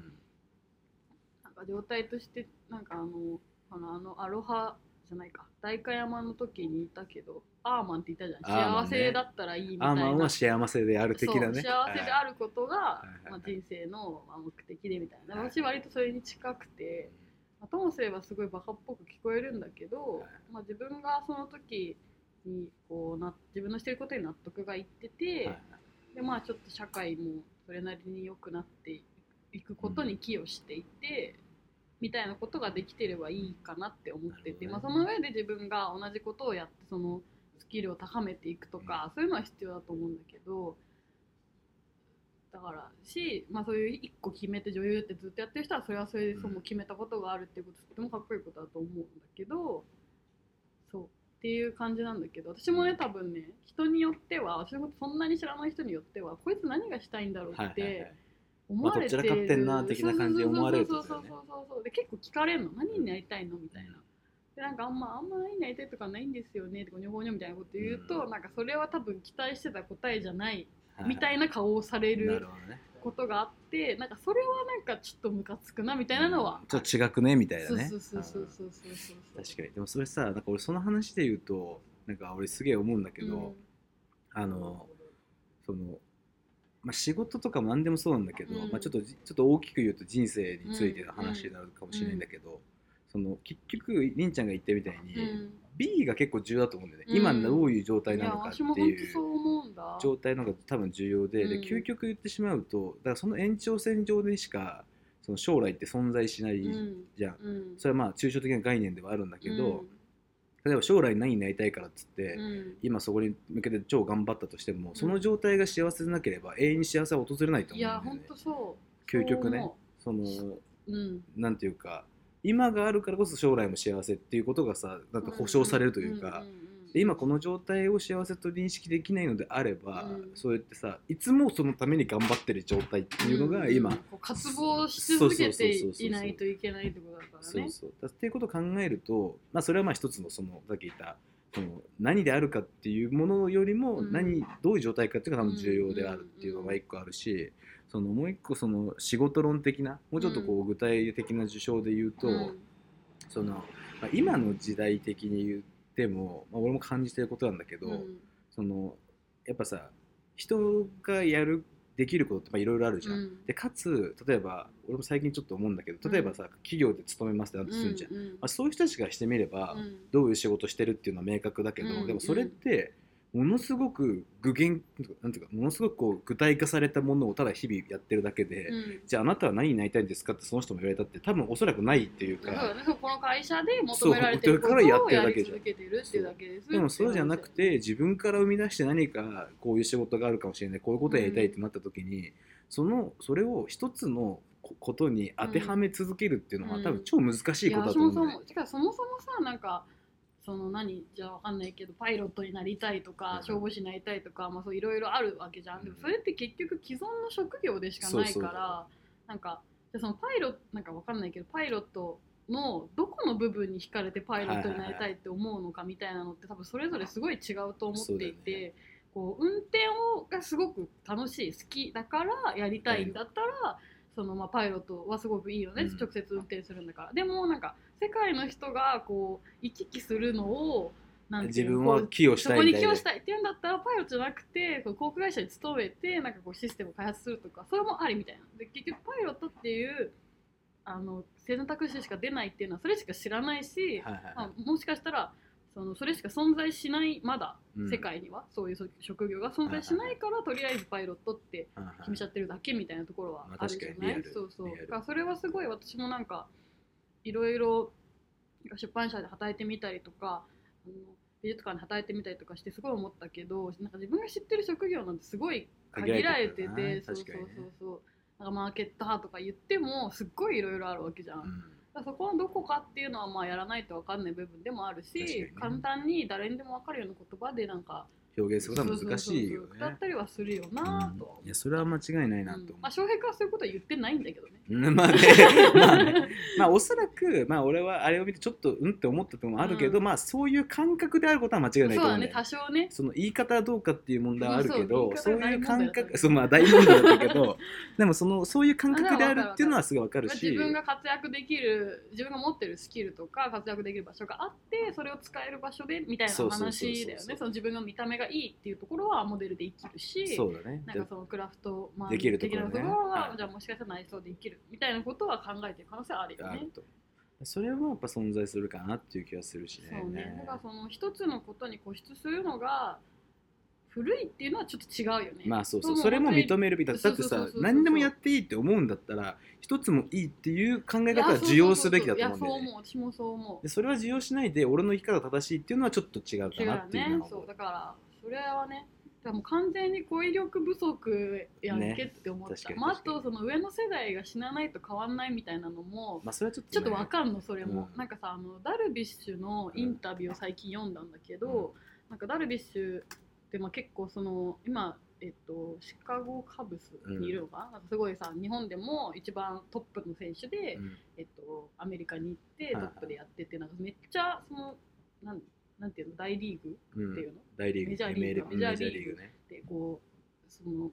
[SPEAKER 1] なんか状態としてなんかあのあのあのアロハじゃないか代官山の時にいたけどアーマンって言ったじゃん
[SPEAKER 2] アーマ
[SPEAKER 1] 幸
[SPEAKER 2] ンね
[SPEAKER 1] せだったらいいみた
[SPEAKER 2] ア
[SPEAKER 1] い
[SPEAKER 2] ー
[SPEAKER 1] な
[SPEAKER 2] マンは幸せである的
[SPEAKER 1] そ
[SPEAKER 2] なね
[SPEAKER 1] う幸せであることが、
[SPEAKER 2] いはい
[SPEAKER 1] まあ、人生のまあ目的でみたいな、
[SPEAKER 2] はい
[SPEAKER 1] 私割とそれに近くて、まあ、ともすればすごいバカっぽく聞こえるんだけど、
[SPEAKER 2] はい
[SPEAKER 1] まあ、自分がその時にこうな自分のしてることに納得がいってて、
[SPEAKER 2] はい
[SPEAKER 1] でまあちょっと社会もそれなりに良くなっていくことに寄与していて、みたいなことができてればいいかなって思ってて、ま
[SPEAKER 2] な
[SPEAKER 1] あ、
[SPEAKER 2] る
[SPEAKER 1] そ
[SPEAKER 2] ほどね
[SPEAKER 1] の上で自分が同じことをやってそのスキルを高めていくとか、そういうのは必要だと思うんだけどだからし、まあ、そういう一個決めて女優ってずっとやってる人はそれはそれで
[SPEAKER 2] うん
[SPEAKER 1] その決めたことがあるっていうこととってもかっこいいことだと思うんだけどそうっていう感じなんだけど私もね多分ね人によっては私のことそんなに知らない人によってはこいつ何がしたいんだろう
[SPEAKER 2] はい
[SPEAKER 1] っ
[SPEAKER 2] はいはいは
[SPEAKER 1] て
[SPEAKER 2] い
[SPEAKER 1] 思われてる、
[SPEAKER 2] まあどっちらかってんな的な感じで思われるって
[SPEAKER 1] そ
[SPEAKER 2] こ
[SPEAKER 1] うそ
[SPEAKER 2] とだ
[SPEAKER 1] う
[SPEAKER 2] よね
[SPEAKER 1] そうそうそうで結構聞かれるの何になりたいのみたいな。でなんかあんまあんま何になりたいとかないんですよねってゴニョゴニョみたいなこと言うと、
[SPEAKER 2] うん
[SPEAKER 1] なんかそれは多分期待してた答えじゃない
[SPEAKER 2] は
[SPEAKER 1] みたいな顔をされ
[SPEAKER 2] な
[SPEAKER 1] る
[SPEAKER 2] るほどね
[SPEAKER 1] ことがあってなんかそれはなんかちょっとムカつくなみたいなのは、
[SPEAKER 2] ちょっと違くねみたいな
[SPEAKER 1] そう
[SPEAKER 2] ね
[SPEAKER 1] そうそうそうそうそうそう
[SPEAKER 2] うん確か
[SPEAKER 1] に
[SPEAKER 2] にでもそれさなんか俺その話で言うとなんか俺すげえ思うんだけど、あのその、まあ、仕事とかも何でもそうなんだけど、
[SPEAKER 1] うん
[SPEAKER 2] まあ、ちょっとじちょっと大きく言うと人生についての話になるかもしれないんだけど、その結局りんちゃんが言ってみたいに、
[SPEAKER 1] うん
[SPEAKER 2] B が結構重要だと思うんだよね、
[SPEAKER 1] うん
[SPEAKER 2] 今どういう状
[SPEAKER 1] う
[SPEAKER 2] 態
[SPEAKER 1] ん、い
[SPEAKER 2] な
[SPEAKER 1] や
[SPEAKER 2] のかって
[SPEAKER 1] 私も本
[SPEAKER 2] い
[SPEAKER 1] 当そうう思うんだ
[SPEAKER 2] 状態の方が多分重要で,、
[SPEAKER 1] うん
[SPEAKER 2] で究極言ってしまうとだからその延長線上でしかその将来って存在しない
[SPEAKER 1] うん
[SPEAKER 2] じゃん、
[SPEAKER 1] うん
[SPEAKER 2] それはまあ抽象的な概念ではあるんだけど、
[SPEAKER 1] うん
[SPEAKER 2] 例えば将来何になりたいからっつって、
[SPEAKER 1] うん
[SPEAKER 2] 今そこに向けて超頑張ったとしても、その状態が幸せでなければ永遠に幸せは訪れないと
[SPEAKER 1] い
[SPEAKER 2] 思
[SPEAKER 1] や
[SPEAKER 2] うんだよ
[SPEAKER 1] 本
[SPEAKER 2] ね
[SPEAKER 1] 当そう
[SPEAKER 2] 究極ね
[SPEAKER 1] そう思
[SPEAKER 2] その
[SPEAKER 1] ううん
[SPEAKER 2] なんていうか今があるからこそ将来も幸せっていうことがさなんか保証されるというか、
[SPEAKER 1] んんんうん
[SPEAKER 2] で今この状態を幸せと認識できないのであれば、
[SPEAKER 1] うん
[SPEAKER 2] そうやってさいつもそのために頑張ってる状態っていうのが今、
[SPEAKER 1] んこう渇望し続けていないといけないってことだから
[SPEAKER 2] そう
[SPEAKER 1] ね
[SPEAKER 2] そうだっていうことを考えると、まあ、それはまあ一つのそのさっき言ったその何であるかっていうものよりも
[SPEAKER 1] うん
[SPEAKER 2] 何、どういう状態かっていうのが多分重要であるっていうのが一個あるし、そのもう一個その仕事論的なもうちょっとこう具体的な事象で言うと、
[SPEAKER 1] うん
[SPEAKER 2] そのまあ今の時代的に言っても、まあ、俺も感じてることなんだけど、
[SPEAKER 1] うん
[SPEAKER 2] そのやっぱさ人がやるできることってまあいろいろあるじゃん。
[SPEAKER 1] うん
[SPEAKER 2] でかつ例えば俺も最近ちょっと思うんだけど例えばさ、企業で勤めますってなってするじゃん、
[SPEAKER 1] う
[SPEAKER 2] まあ、そういう人たちがしてみれば、
[SPEAKER 1] うん
[SPEAKER 2] どういう仕事してるっていうのは明確だけど、
[SPEAKER 1] うん
[SPEAKER 2] でもそれってものすごく具現なんていうかものすごくこう具体化されたものをただ日々やってるだけで、
[SPEAKER 1] うん
[SPEAKER 2] じゃああなたは何になりたいんですかってその人も言われたって多分おそらくないっていう
[SPEAKER 1] そう
[SPEAKER 2] か、
[SPEAKER 1] だね、そうこの会社で求められてることをやり続けてるっていうだけです
[SPEAKER 2] でもそうじゃなくて自分から生み出して何かこういう仕事があるかもしれないこういうことをやりたいってなった時に、そのそれを一つのこことに当てはめ続けるっていうのは、
[SPEAKER 1] うん
[SPEAKER 2] 多分超難しいことだ
[SPEAKER 1] や
[SPEAKER 2] と
[SPEAKER 1] そ
[SPEAKER 2] 思
[SPEAKER 1] も
[SPEAKER 2] うんだ
[SPEAKER 1] そも
[SPEAKER 2] よ
[SPEAKER 1] てかそもそもさなんかその何じゃあわかんないけどパイロットになりたいとか、
[SPEAKER 2] うん
[SPEAKER 1] 消防士になりたいとかまあそういろいろあるわけじゃん、でも
[SPEAKER 2] うん
[SPEAKER 1] それって結局既存の職業でしかない
[SPEAKER 2] そう
[SPEAKER 1] か
[SPEAKER 2] そう
[SPEAKER 1] らなんかじゃあそのパイロットなんかわかんないけどパイロットのどこの部分に惹かれてパイロットになりたいって思うのかみたいなのって多分それぞれすごい違うと思ってい
[SPEAKER 2] そうだよ
[SPEAKER 1] て、こう運転をがすごく楽しい好きだからやりたいんだったらそのまあパイロットはすごくいいよね、
[SPEAKER 2] うん
[SPEAKER 1] 直接運転するんだからでもなんか世界の人がこう行き来するのをなんて
[SPEAKER 2] 自
[SPEAKER 1] いうの
[SPEAKER 2] 分は
[SPEAKER 1] こう
[SPEAKER 2] 寄与し
[SPEAKER 1] そ
[SPEAKER 2] たい
[SPEAKER 1] こ
[SPEAKER 2] み
[SPEAKER 1] に
[SPEAKER 2] た
[SPEAKER 1] 寄
[SPEAKER 2] いな
[SPEAKER 1] 与したいっていうんだったらパイロットじゃなくてこう航空会社に勤めてなんかこうシステムを開発するとかそれもありみたいなで結局パイロットっていうあの選択肢しか出ないっていうのはそれしか知らないし、
[SPEAKER 2] はいはいはい
[SPEAKER 1] まあ、もしかしたらそのそれしか存在しないまだ
[SPEAKER 2] うん
[SPEAKER 1] 世界には、そういう職業が存在しないから、とりあえずパイロットって
[SPEAKER 2] はいはい
[SPEAKER 1] 決めちゃってるだけみたいなところは
[SPEAKER 2] まあ
[SPEAKER 1] あるじゃ
[SPEAKER 2] 確か
[SPEAKER 1] な
[SPEAKER 2] に
[SPEAKER 1] い、
[SPEAKER 2] リアル
[SPEAKER 1] そうそう
[SPEAKER 2] リアル
[SPEAKER 1] だからそれはすごい私もなんかいろいろ出版社で働いてみたりとかあの美術館で働いてみたりとかしてすごい思ったけどなんか自分が知ってる職業なんてすごい限られて
[SPEAKER 2] 限られ
[SPEAKER 1] てそう
[SPEAKER 2] てた
[SPEAKER 1] そう
[SPEAKER 2] な確かにね
[SPEAKER 1] そうそうなんかマーケット派とか言ってもすっごいいろいろあるわけじゃん、
[SPEAKER 2] う
[SPEAKER 1] だから
[SPEAKER 2] ん
[SPEAKER 1] そこはどこかっていうのはまあやらないと分かんない部分でもあるし、
[SPEAKER 2] 確かにね
[SPEAKER 1] 簡単に誰にでも分かるような言葉でなんか
[SPEAKER 2] 表現することは難しいよ
[SPEAKER 1] そうそうそうそう歌
[SPEAKER 2] ね
[SPEAKER 1] っ。たりはするよなぁとは
[SPEAKER 2] う
[SPEAKER 1] 思
[SPEAKER 2] んいやそれは間違いないな
[SPEAKER 1] う、
[SPEAKER 2] と
[SPEAKER 1] うん
[SPEAKER 2] 思
[SPEAKER 1] まあ翔平君はそういうことは言ってないんだけどね
[SPEAKER 2] う。うんまあねまあ ねまあおそらくまあ俺はあれを見てちょっとうんって思ったとこもあるけど、
[SPEAKER 1] うん
[SPEAKER 2] まあそういう感覚であることは間違いない
[SPEAKER 1] そ
[SPEAKER 2] と
[SPEAKER 1] う
[SPEAKER 2] 思う
[SPEAKER 1] だ
[SPEAKER 2] ね
[SPEAKER 1] ね多少ね
[SPEAKER 2] その言い方はどうかっていう問題はあるけど、
[SPEAKER 1] うん
[SPEAKER 2] そ
[SPEAKER 1] そうう
[SPEAKER 2] い
[SPEAKER 1] 言
[SPEAKER 2] う
[SPEAKER 1] い方は
[SPEAKER 2] 感
[SPEAKER 1] 大問題だった
[SPEAKER 2] 覚、 そうまあ大問題だった けど、でもそのそういう感覚であるっていうのはすごいわかる
[SPEAKER 1] まあ
[SPEAKER 2] し、
[SPEAKER 1] 自分が活躍できる自分が持ってるスキルとか活躍できる場所があってそれを使える場所でみたいな
[SPEAKER 2] そうそうそうそう
[SPEAKER 1] 話だよねその自分の見た目がいいっていうところはモデルで生きるし
[SPEAKER 2] そうだね。
[SPEAKER 1] なんかそのクラフトマン
[SPEAKER 2] できるところね
[SPEAKER 1] 的なところは
[SPEAKER 2] はい
[SPEAKER 1] じゃあもしかしたら内装で生きるみたいなことは考えてる可能性はあるよ
[SPEAKER 2] あ
[SPEAKER 1] ね
[SPEAKER 2] る。と。それはやっぱ存在するかなっていう気がするしね。
[SPEAKER 1] そうねだからその一つのことに固執するのが古いっていうのはちょっと違うよね。
[SPEAKER 2] まあそうそう、
[SPEAKER 1] で
[SPEAKER 2] それも認
[SPEAKER 1] 本
[SPEAKER 2] めるべきだ。だって
[SPEAKER 1] そうそう
[SPEAKER 2] さ
[SPEAKER 1] そう、そう
[SPEAKER 2] 何でもやっていいって思うんだったら、一つもいいっていう考え方は受容すべきだと思うんだよ
[SPEAKER 1] 当にいやそう
[SPEAKER 2] ね。
[SPEAKER 1] 思う私もそう思う
[SPEAKER 2] で。それは受容しないで、俺の生き方が正しいっていうのはちょっと違うか
[SPEAKER 1] 違う
[SPEAKER 2] な
[SPEAKER 1] よ
[SPEAKER 2] っていう
[SPEAKER 1] ね
[SPEAKER 2] のは思
[SPEAKER 1] そううだからそれはねだからもう完全に語彙力不足やんけって思っ
[SPEAKER 2] ね確
[SPEAKER 1] た、
[SPEAKER 2] かに
[SPEAKER 1] まあ、あ
[SPEAKER 2] 確かに
[SPEAKER 1] とその上の世代が死なないと変わんないみたいなのも
[SPEAKER 2] まあそれはちょっと
[SPEAKER 1] ちょ
[SPEAKER 2] ね、
[SPEAKER 1] っとわかんのそれも、
[SPEAKER 2] うん
[SPEAKER 1] なんかさあのダルビッシュのインタビューを最近読んだんだけど、なんかダルビッシュってまあ結構その今えっと、シカゴカブスにいるのかな,、なんかすごいさ日本でも一番トップの選手で、
[SPEAKER 2] うん
[SPEAKER 1] えっと、アメリカに行ってト
[SPEAKER 2] はいはい
[SPEAKER 1] ップでやっててなんかめっちゃそのなんなんていうの大リーグ
[SPEAKER 2] うん
[SPEAKER 1] っていうの、
[SPEAKER 2] 大リーグ、
[SPEAKER 1] メジャーリーグ
[SPEAKER 2] ML メ
[SPEAKER 1] メ
[SPEAKER 2] ジ
[SPEAKER 1] ジ
[SPEAKER 2] ャ
[SPEAKER 1] ャ
[SPEAKER 2] ー
[SPEAKER 1] ー
[SPEAKER 2] リ
[SPEAKER 1] リ
[SPEAKER 2] ー
[SPEAKER 1] ー
[SPEAKER 2] グね。
[SPEAKER 1] でこうその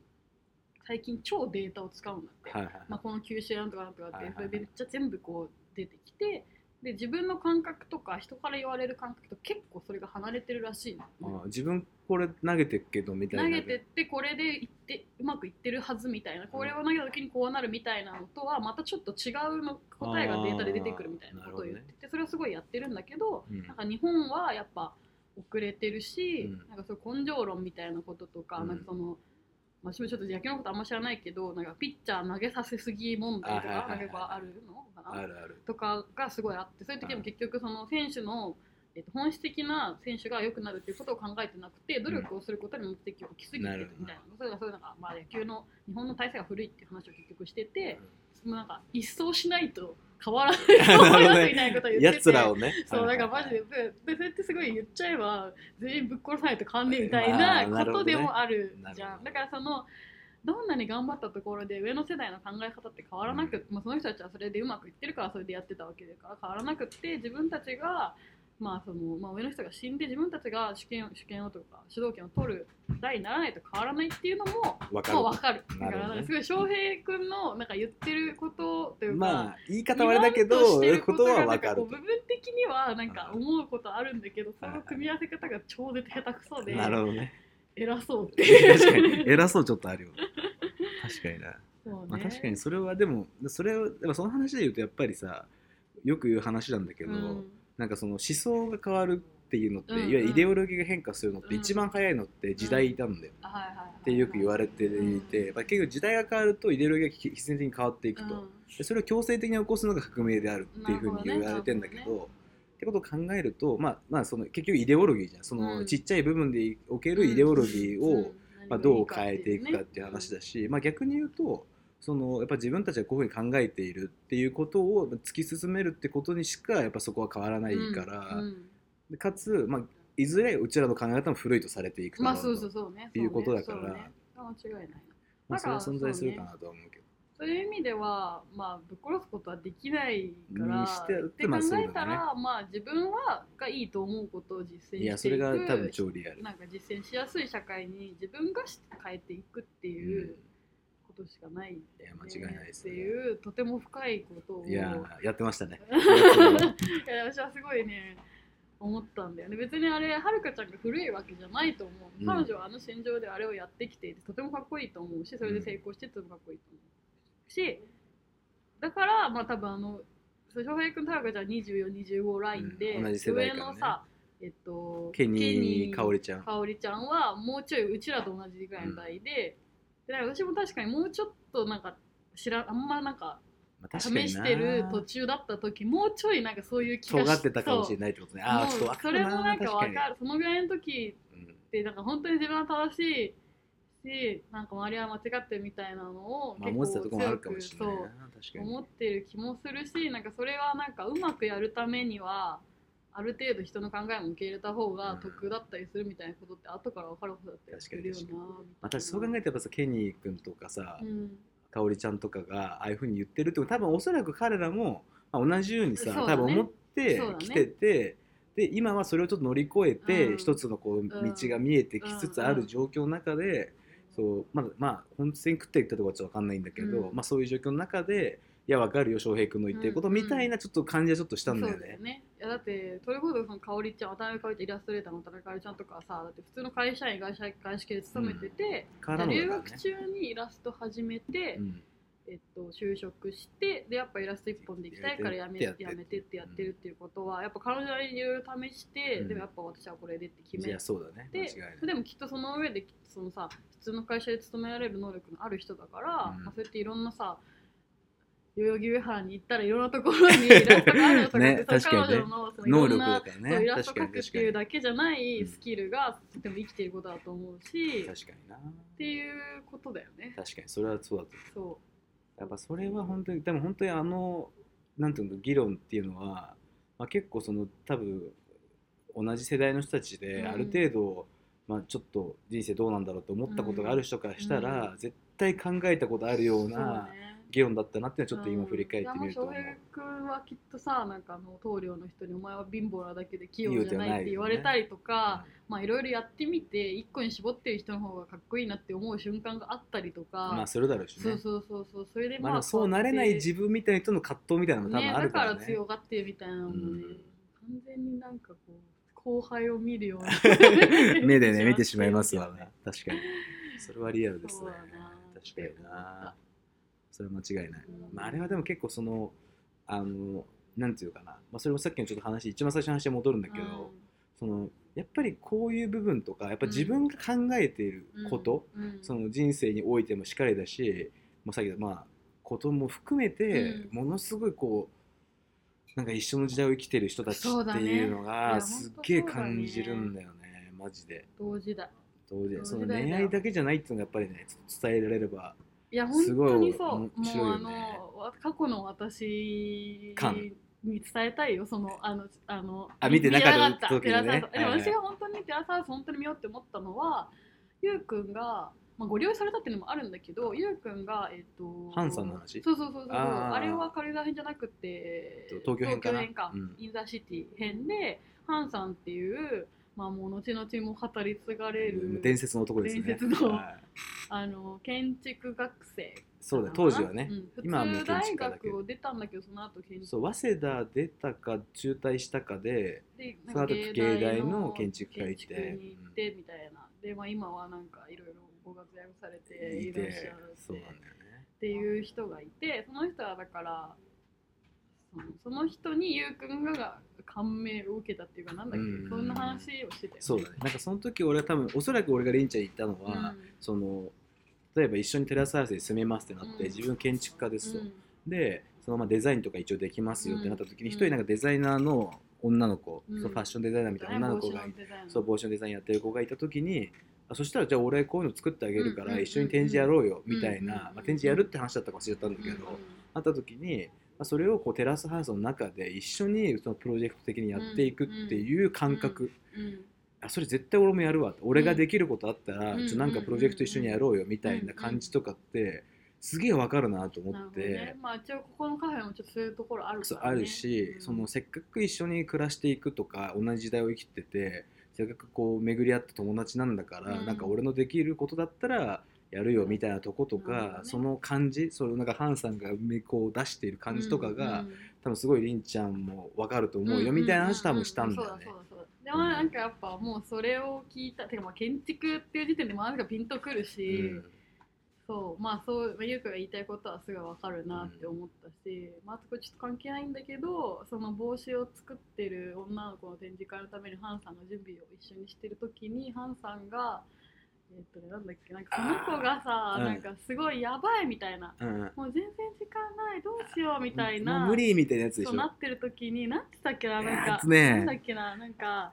[SPEAKER 1] 最近超データを使うんだって、
[SPEAKER 2] はいはいはい。
[SPEAKER 1] まあ、この球種なんとかなんとかっ
[SPEAKER 2] はい
[SPEAKER 1] て
[SPEAKER 2] は
[SPEAKER 1] そ
[SPEAKER 2] いはい
[SPEAKER 1] れめっちゃ全部こう出てきてで自分の感覚とか人から言われる感覚と結構それが離れてるらしいの、
[SPEAKER 2] あ自分これ投げてっけどみたいな
[SPEAKER 1] 投げてってこれでいってうまくいってるはずみたいなこれを投げた時にこうなるみたいなのとはまたちょっと違うの答えがデータで出てくるみたいなことを言っ
[SPEAKER 2] あーなるほ
[SPEAKER 1] てて、それをすごいやってるんだけど、
[SPEAKER 2] うん
[SPEAKER 1] なんか日本はやっぱ遅れてるし、
[SPEAKER 2] うん
[SPEAKER 1] なんかそういう根性論みたいなこととか,、
[SPEAKER 2] うん
[SPEAKER 1] なんかそのまあ、私もちょっと野球のことあんま知らないけどなんかピッチャー投げさせすぎ問題と
[SPEAKER 2] あはいは
[SPEAKER 1] か
[SPEAKER 2] い
[SPEAKER 1] なん
[SPEAKER 2] はい
[SPEAKER 1] かよくあるのかな
[SPEAKER 2] あるある
[SPEAKER 1] とかがすごいあってそういう時も結局その選手の、えっと、本質的な選手が良くなるっていうことを考えてなくて努力をすることに目的を置きすぎて
[SPEAKER 2] なる
[SPEAKER 1] る
[SPEAKER 2] ほど
[SPEAKER 1] みたいな、それがそういうなんか、まあ、野球の日本の体制が古いっていう話を結局してて、そのなんか一掃しないと変わらない と思いますみたいなことを言ってて。
[SPEAKER 2] やつらをね
[SPEAKER 1] そうだからマジで、ででそれってすごい言っちゃえば全員ぶっ殺さないとかんねえみたいな
[SPEAKER 2] まあなる
[SPEAKER 1] こ
[SPEAKER 2] ほ
[SPEAKER 1] と
[SPEAKER 2] どね
[SPEAKER 1] でもあるじ
[SPEAKER 2] なる
[SPEAKER 1] ゃ
[SPEAKER 2] ほ
[SPEAKER 1] ん、
[SPEAKER 2] ど
[SPEAKER 1] だからそのどんなに頑張ったところで上の世代の考え方って変わらなくて、まあ、その人たちはそれでうまくいってるからそれでやってたわけだから変わらなくって自分たちが、まあそのまあ、上の人が死んで自分たちが主権を主権をとか主導権を取る代にならないと変わらないっていうのも
[SPEAKER 2] わかる
[SPEAKER 1] もう分かる
[SPEAKER 2] な
[SPEAKER 1] だ
[SPEAKER 2] る
[SPEAKER 1] から
[SPEAKER 2] ほどね
[SPEAKER 1] なんかすごい翔平君のなんか言ってることというか、
[SPEAKER 2] まあ言い方はあれだけどことはわかる
[SPEAKER 1] 部分的にはなんか思うことあるんだけどその組み合わせ方が超絶下手くそで
[SPEAKER 2] なるほど ね
[SPEAKER 1] 偉そうっていう
[SPEAKER 2] 確かに偉そうちょっとあるよ確かにな、
[SPEAKER 1] そうね
[SPEAKER 2] まあ、確かにそれはでもそれはでもその話で言うとやっぱりさよく言う話なんだけど、
[SPEAKER 1] うん
[SPEAKER 2] なんかその思想が変わるっていうのって、
[SPEAKER 1] うんうん
[SPEAKER 2] いわゆるイデオロギーが変化するのって一番早いのって時代なんだよ、
[SPEAKER 1] あはいはいはい
[SPEAKER 2] ってよく言われていて、まあ、結局時代が変わるとイデオロギーが必然的に変わっていくと、
[SPEAKER 1] うん
[SPEAKER 2] でそれを強制的に起こすのが革命であるっていうふ
[SPEAKER 1] なるほ
[SPEAKER 2] うに
[SPEAKER 1] ど
[SPEAKER 2] 言
[SPEAKER 1] ね
[SPEAKER 2] われてんだけど
[SPEAKER 1] なるほ
[SPEAKER 2] ってことを考えると、まあ、まあその結局イデオロギーじゃんその
[SPEAKER 1] うん
[SPEAKER 2] ちっちゃい部分でおけるイデオ ロギーを、
[SPEAKER 1] うん
[SPEAKER 2] まあ、どう変えていくかっていう話だ
[SPEAKER 1] し、
[SPEAKER 2] し、まあ、逆に言うとそのやっぱ自分たちがこういうふうに考えているっていうことを突き進めるってことにしかやっぱそこは変わらないから、
[SPEAKER 1] うんうん
[SPEAKER 2] でかつ、まあ、いずれうちらの考え方も古いとされていくだ
[SPEAKER 1] ま
[SPEAKER 2] ろ
[SPEAKER 1] あ
[SPEAKER 2] うと
[SPEAKER 1] そうそうそうね
[SPEAKER 2] っていうことだから
[SPEAKER 1] そうねそうね間違いない
[SPEAKER 2] まあそれは
[SPEAKER 1] だから
[SPEAKER 2] 存在するかなとは思うけど。
[SPEAKER 1] そういう意味では、まあ、ぶっ殺すことはできないか
[SPEAKER 2] に
[SPEAKER 1] ら
[SPEAKER 2] してやっ
[SPEAKER 1] ってて考
[SPEAKER 2] まあそうだね
[SPEAKER 1] えたら、まあ、自分はがいいと思うことを実践していく
[SPEAKER 2] いやそれが多分超リアル。
[SPEAKER 1] なんか実践しやすい社会に自分がし変えていくっていうことしかないね、
[SPEAKER 2] いや間違いないです
[SPEAKER 1] って
[SPEAKER 2] ね。
[SPEAKER 1] いうとても深いことを
[SPEAKER 2] いやーやってましたね。
[SPEAKER 1] いや私はすごいね思ったんだよね別にあれはるかちゃんが古いわけじゃないと思う、
[SPEAKER 2] うん
[SPEAKER 1] 彼女はあの心情であれをやってきていてとてもかっこいいと思うしそれで成功してとてもかっこいいと思うしだからまあ多分あのそう翔平君とはるかちゃん2425ラインで、
[SPEAKER 2] うん同じ世代からね
[SPEAKER 1] 上のさえっと
[SPEAKER 2] ケニーかおりちゃん。
[SPEAKER 1] 香織ちゃんはもうちょいうちらと同じぐらいの代で,、でだから私も確かにもうちょっとなんか知らんあんまなんか
[SPEAKER 2] まあ
[SPEAKER 1] 試
[SPEAKER 2] 確かに
[SPEAKER 1] し
[SPEAKER 2] な
[SPEAKER 1] てる途中だった時もうちょいなんかそういう気が
[SPEAKER 2] 尖ってたかもしれ
[SPEAKER 1] ない
[SPEAKER 2] ないってことね。ああちょっとわかるな。
[SPEAKER 1] それもなんかわか
[SPEAKER 2] 確か
[SPEAKER 1] るそのぐらいの時
[SPEAKER 2] にうん
[SPEAKER 1] ってなんか本当に自分は正しいしなんか周りは間違ってるみたいなのを
[SPEAKER 2] まあ思ってたところもあるかもしれないな。
[SPEAKER 1] そう
[SPEAKER 2] 確かに。
[SPEAKER 1] 思ってる気もするしなんかそれはなんかうまくやるためにはある程度人の考えも受け入れた方
[SPEAKER 2] う
[SPEAKER 1] が
[SPEAKER 2] ん
[SPEAKER 1] 得だったりするみたいなことって後から分かることだったりするよなみ
[SPEAKER 2] 確か
[SPEAKER 1] たいな
[SPEAKER 2] 私そう考えてやっぱさケニー君とかさ、
[SPEAKER 1] うん
[SPEAKER 2] 香織ちゃんとかがああいうふうに言ってるってこと多分おそらく彼らも、まあ、同じようにさ
[SPEAKER 1] そうだね
[SPEAKER 2] 多分思って
[SPEAKER 1] そうだね
[SPEAKER 2] きてて、で今はそれをちょっと乗り越えて、
[SPEAKER 1] うん
[SPEAKER 2] 一つのこう道
[SPEAKER 1] ん
[SPEAKER 2] が見えてきつつある状況の中で、そうまだまあ本当に食っていったとかはちょっと分かんないんだけど、
[SPEAKER 1] うん
[SPEAKER 2] まあ、そういう状況の中でいや分かるよ翔平君の言ってること、
[SPEAKER 1] うんうん
[SPEAKER 2] みたいなちょっと感じはちょっとしたんだよ
[SPEAKER 1] そうだ
[SPEAKER 2] ね
[SPEAKER 1] よ。ねいやだってそれこそその香織ちゃん渡辺香織ちゃんイラストレーターの渡辺香織ちゃんとかはさだって普通の会社員外社外資系で勤めてて、
[SPEAKER 2] からのだ
[SPEAKER 1] 留
[SPEAKER 2] から
[SPEAKER 1] 学
[SPEAKER 2] ね
[SPEAKER 1] 中にイラスト始めて、
[SPEAKER 2] うん
[SPEAKER 1] えっと、就職してでやっぱイラスト一本でいきたいからやめ
[SPEAKER 2] や
[SPEAKER 1] や
[SPEAKER 2] ってやって
[SPEAKER 1] めてってやってるっていうことはやっぱ彼女なりにいろいろ試して、
[SPEAKER 2] うん
[SPEAKER 1] でもやっぱ私はこれでって決
[SPEAKER 2] い
[SPEAKER 1] め
[SPEAKER 2] やそうだね間違
[SPEAKER 1] で
[SPEAKER 2] いない
[SPEAKER 1] でもきっとその上でそのさ普通の会社で勤められる能力のある人だから、
[SPEAKER 2] うん
[SPEAKER 1] まあ、そうやっていろんなさ代々木上原に行ったらいろんなところにイラストがあるとかって、
[SPEAKER 2] ね
[SPEAKER 1] その
[SPEAKER 2] 確かにね
[SPEAKER 1] 彼女のそのいろ
[SPEAKER 2] 能
[SPEAKER 1] ん
[SPEAKER 2] 力
[SPEAKER 1] な
[SPEAKER 2] だ、から
[SPEAKER 1] そうイ
[SPEAKER 2] ね
[SPEAKER 1] ラスト
[SPEAKER 2] 確か
[SPEAKER 1] 描
[SPEAKER 2] に
[SPEAKER 1] くっ
[SPEAKER 2] 確
[SPEAKER 1] て
[SPEAKER 2] か
[SPEAKER 1] いう
[SPEAKER 2] に
[SPEAKER 1] だけじゃない
[SPEAKER 2] うん
[SPEAKER 1] スキルがとても生きていることだと思うし、っ
[SPEAKER 2] 確かにな
[SPEAKER 1] ていうことだよね。
[SPEAKER 2] 確かにそれはそうだと思う
[SPEAKER 1] そ
[SPEAKER 2] やっぱそれは本当にでも本当にあのなんていうの議論っていうのは、まあ、結構その多分同じ世代の人たちで
[SPEAKER 1] うん
[SPEAKER 2] ある程度、まあ、ちょっと人生どうなんだろうと思ったことがある人からしたら、絶対考えたことあるよう
[SPEAKER 1] う
[SPEAKER 2] な
[SPEAKER 1] そうね
[SPEAKER 2] 議論だったなっていうのはちょっと今振り返ってみると
[SPEAKER 1] うん
[SPEAKER 2] 思
[SPEAKER 1] いうやもう翔平君はきっとさなんかあの棟梁の人に「お前は貧乏なだけで器用じゃない」って言われたりとか、まあいろいろやってみて一個に絞ってる人の方がかっこいいなって思う瞬間があったりとか、
[SPEAKER 2] まあそれだろうし
[SPEAKER 1] そ
[SPEAKER 2] ね
[SPEAKER 1] うそうそうそうそれで
[SPEAKER 2] まあ、でもそうなれない自分みたいな人の葛藤みたいなのも多分あ
[SPEAKER 1] ねだ
[SPEAKER 2] るか
[SPEAKER 1] からら
[SPEAKER 2] ね
[SPEAKER 1] 強がってみたいなのもね、
[SPEAKER 2] うん
[SPEAKER 1] 完全になんかこう後輩を見るような
[SPEAKER 2] 目でね見てしまいます わね確かにそれはリアルです
[SPEAKER 1] そう
[SPEAKER 2] ね
[SPEAKER 1] だな
[SPEAKER 2] 確かになそれは間違いない、
[SPEAKER 1] うん
[SPEAKER 2] まあ、あれはでも結構そのあのなんていうかな、まあ、それもさっきのちょっと話一番最初の話に戻るんだけど、そのやっぱりこういう部分とかやっぱ自分が考えている
[SPEAKER 1] うん
[SPEAKER 2] こと、、
[SPEAKER 1] うん
[SPEAKER 2] その人生においてもしっかりだしもうさっきのまあことも含めて
[SPEAKER 1] うん
[SPEAKER 2] ものすごいこうなんか一緒の時代を生きてる人たち
[SPEAKER 1] そう
[SPEAKER 2] っ
[SPEAKER 1] だ
[SPEAKER 2] て
[SPEAKER 1] ね
[SPEAKER 2] いうの
[SPEAKER 1] い
[SPEAKER 2] が
[SPEAKER 1] や
[SPEAKER 2] すっげえ
[SPEAKER 1] ほんとそうだね
[SPEAKER 2] 感じるんだよねマジで。
[SPEAKER 1] 同時代
[SPEAKER 2] そうで
[SPEAKER 1] 同時
[SPEAKER 2] その
[SPEAKER 1] 代だよ
[SPEAKER 2] 恋愛だけじゃないっていうのがやっぱりね伝えられれば
[SPEAKER 1] いや本
[SPEAKER 2] すごい
[SPEAKER 1] 当にそう、
[SPEAKER 2] 面白い
[SPEAKER 1] もうあ
[SPEAKER 2] よね
[SPEAKER 1] のわ過去の私
[SPEAKER 2] 感
[SPEAKER 1] に伝えたいよそのあのあの
[SPEAKER 2] あ見てなかった
[SPEAKER 1] 見て
[SPEAKER 2] 時にね
[SPEAKER 1] テラサウスでも
[SPEAKER 2] はいはい
[SPEAKER 1] 私が本当にテラサウス本当に見ようって思ったのはゆうくんが、まあ、ご利用されたっていうのもあるんだけどゆうくんがえっ、と
[SPEAKER 2] ハンさんの話
[SPEAKER 1] そうそうそうそう
[SPEAKER 2] あ
[SPEAKER 1] あ
[SPEAKER 2] ー
[SPEAKER 1] れは軽井沢編じゃなくて
[SPEAKER 2] と東京編かなうん
[SPEAKER 1] インザシティ編でハンさんっていうまあもう後々も語り継がれる
[SPEAKER 2] 伝説の男ですね
[SPEAKER 1] 伝説の
[SPEAKER 2] はい
[SPEAKER 1] あの建築学生
[SPEAKER 2] そうだ当時はね、
[SPEAKER 1] うん
[SPEAKER 2] 今はもう
[SPEAKER 1] 普通
[SPEAKER 2] 建
[SPEAKER 1] 大
[SPEAKER 2] 築家だけど
[SPEAKER 1] 学を出たんだけどその後建築
[SPEAKER 2] そう早稲田出たか中退したかで
[SPEAKER 1] で
[SPEAKER 2] その後芸大の建築家行って
[SPEAKER 1] 建築に行ってみたいな、で、まあ、今はなんかいろいろご活躍されて
[SPEAKER 2] い
[SPEAKER 1] いらっしゃ
[SPEAKER 2] て
[SPEAKER 1] るっ
[SPEAKER 2] そうなんだよ
[SPEAKER 1] て
[SPEAKER 2] ね
[SPEAKER 1] っていう人がいてその人はだからそのその人にゆうくんが感銘を受けたっていうかなんだっけ、
[SPEAKER 2] うん
[SPEAKER 1] そんな話をしてたよね
[SPEAKER 2] そうだねなんかその時俺は多分おそらく俺がりんちゃんに言ったの
[SPEAKER 1] うん
[SPEAKER 2] は、その例えば一緒にテラスハウスに住めますってなって、
[SPEAKER 1] うん
[SPEAKER 2] 自分建築家ですと、
[SPEAKER 1] うん
[SPEAKER 2] でそのまあデザインとか一応できますよってなった時
[SPEAKER 1] うん
[SPEAKER 2] に一、人なんかデザイナーの女の子、
[SPEAKER 1] うん
[SPEAKER 2] そのファッションデザイナーみたいな女の子がいて
[SPEAKER 1] 帽子デザイナー
[SPEAKER 2] そう帽子のデザインやってる子がいた時にあそしたらじゃあ俺こういうの作ってあげる
[SPEAKER 1] うん
[SPEAKER 2] か
[SPEAKER 1] うんうん
[SPEAKER 2] ら
[SPEAKER 1] うん
[SPEAKER 2] 一緒に展示やろうよみた
[SPEAKER 1] うん
[SPEAKER 2] いな、
[SPEAKER 1] うんうん
[SPEAKER 2] まあ、展示やるって話だったか忘れちゃったんだけど、
[SPEAKER 1] うんうん
[SPEAKER 2] あった時にまあそれをこうテラスハウスの中で一緒にそのプロジェクト的にやっていくっていう感覚、
[SPEAKER 1] うん
[SPEAKER 2] あそれ絶対俺もやるわ俺ができることあったら、
[SPEAKER 1] うん
[SPEAKER 2] ちょなんかプロジェクト一緒にやろうよみたいな感じとかってすげえわかるなと思
[SPEAKER 1] なる
[SPEAKER 2] っ
[SPEAKER 1] ほ
[SPEAKER 2] て。
[SPEAKER 1] どね、まあ一応ここのカフェもちょっとそういうところあるか
[SPEAKER 2] そう
[SPEAKER 1] ら、ね、
[SPEAKER 2] あるし、
[SPEAKER 1] うん
[SPEAKER 2] そのせっかく一緒に暮らしていくとか同じ時代を生きててせっかくこう巡り合った友達なんだから、
[SPEAKER 1] うん
[SPEAKER 2] なんか俺のできることだったらやるよみたいなとこと
[SPEAKER 1] なるほ
[SPEAKER 2] か
[SPEAKER 1] ど、ね
[SPEAKER 2] その感じそのなんかハンさんがめこう出している感じとかが、
[SPEAKER 1] うんうん
[SPEAKER 2] 多分すごいりんちゃんも分かると思うよみたいな話多分したんだよね
[SPEAKER 1] う。うそうだそうだそうだでもなんかやっぱもうそれを聞いたてかまあ建築っていう時点でもうなんかピンとくる
[SPEAKER 2] う
[SPEAKER 1] し、
[SPEAKER 2] ん
[SPEAKER 1] そうまあそう、まあ、ゆうくんが言いたいことはすごいわかるなって思ったし、まああとこれちょっと関係ないんだけどその帽子を作ってる女の子の展示会のためにハンさんが準備を一緒にしてる時にハンさんがえっとねなんだっけなんかその子がさ、
[SPEAKER 2] あーうん
[SPEAKER 1] なんかすごいやばいみたいな
[SPEAKER 2] うん
[SPEAKER 1] もう全然時間ないどうしようみたいな
[SPEAKER 2] もう無理みたいなやつでし
[SPEAKER 1] そ
[SPEAKER 2] ょ
[SPEAKER 1] うなってる時になんて言ったっけななん
[SPEAKER 2] や
[SPEAKER 1] か
[SPEAKER 2] つね
[SPEAKER 1] なんだっけななんか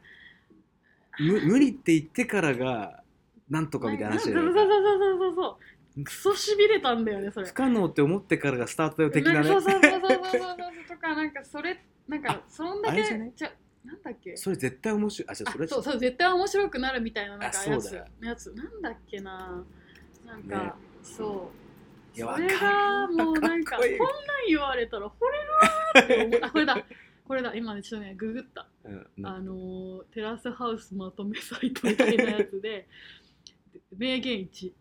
[SPEAKER 2] む無理って言ってからがなんとかみたいな話
[SPEAKER 1] な
[SPEAKER 2] だよ
[SPEAKER 1] んかそうそうそうそうそうそうクソしびれたんだよねそれ
[SPEAKER 2] 不可能って思ってからがスタートよ的な
[SPEAKER 1] な
[SPEAKER 2] ね
[SPEAKER 1] んかそうそうそうそうそうそうそうとかなんかそれなんかそんだ
[SPEAKER 2] あ
[SPEAKER 1] け
[SPEAKER 2] れじゃね
[SPEAKER 1] ちゃなんだっけ
[SPEAKER 2] それ絶対面白いあじゃあ
[SPEAKER 1] あ
[SPEAKER 2] それ
[SPEAKER 1] そう
[SPEAKER 2] ちょっ
[SPEAKER 1] そう絶対面白くなるみたいななんか
[SPEAKER 2] あ
[SPEAKER 1] や
[SPEAKER 2] そう
[SPEAKER 1] つ
[SPEAKER 2] だよ
[SPEAKER 1] やつなんだっけななんか、
[SPEAKER 2] ね
[SPEAKER 1] そう
[SPEAKER 2] いや
[SPEAKER 1] そ
[SPEAKER 2] わ
[SPEAKER 1] れが
[SPEAKER 2] かる
[SPEAKER 1] もうなんか
[SPEAKER 2] かっこいい
[SPEAKER 1] こんなん言われたら惚れるわーって思うあこれだこれだ今ねちょっとねググった
[SPEAKER 2] とうん
[SPEAKER 1] あのーテラスハウスまとめサイトみたいなやつで で名言1、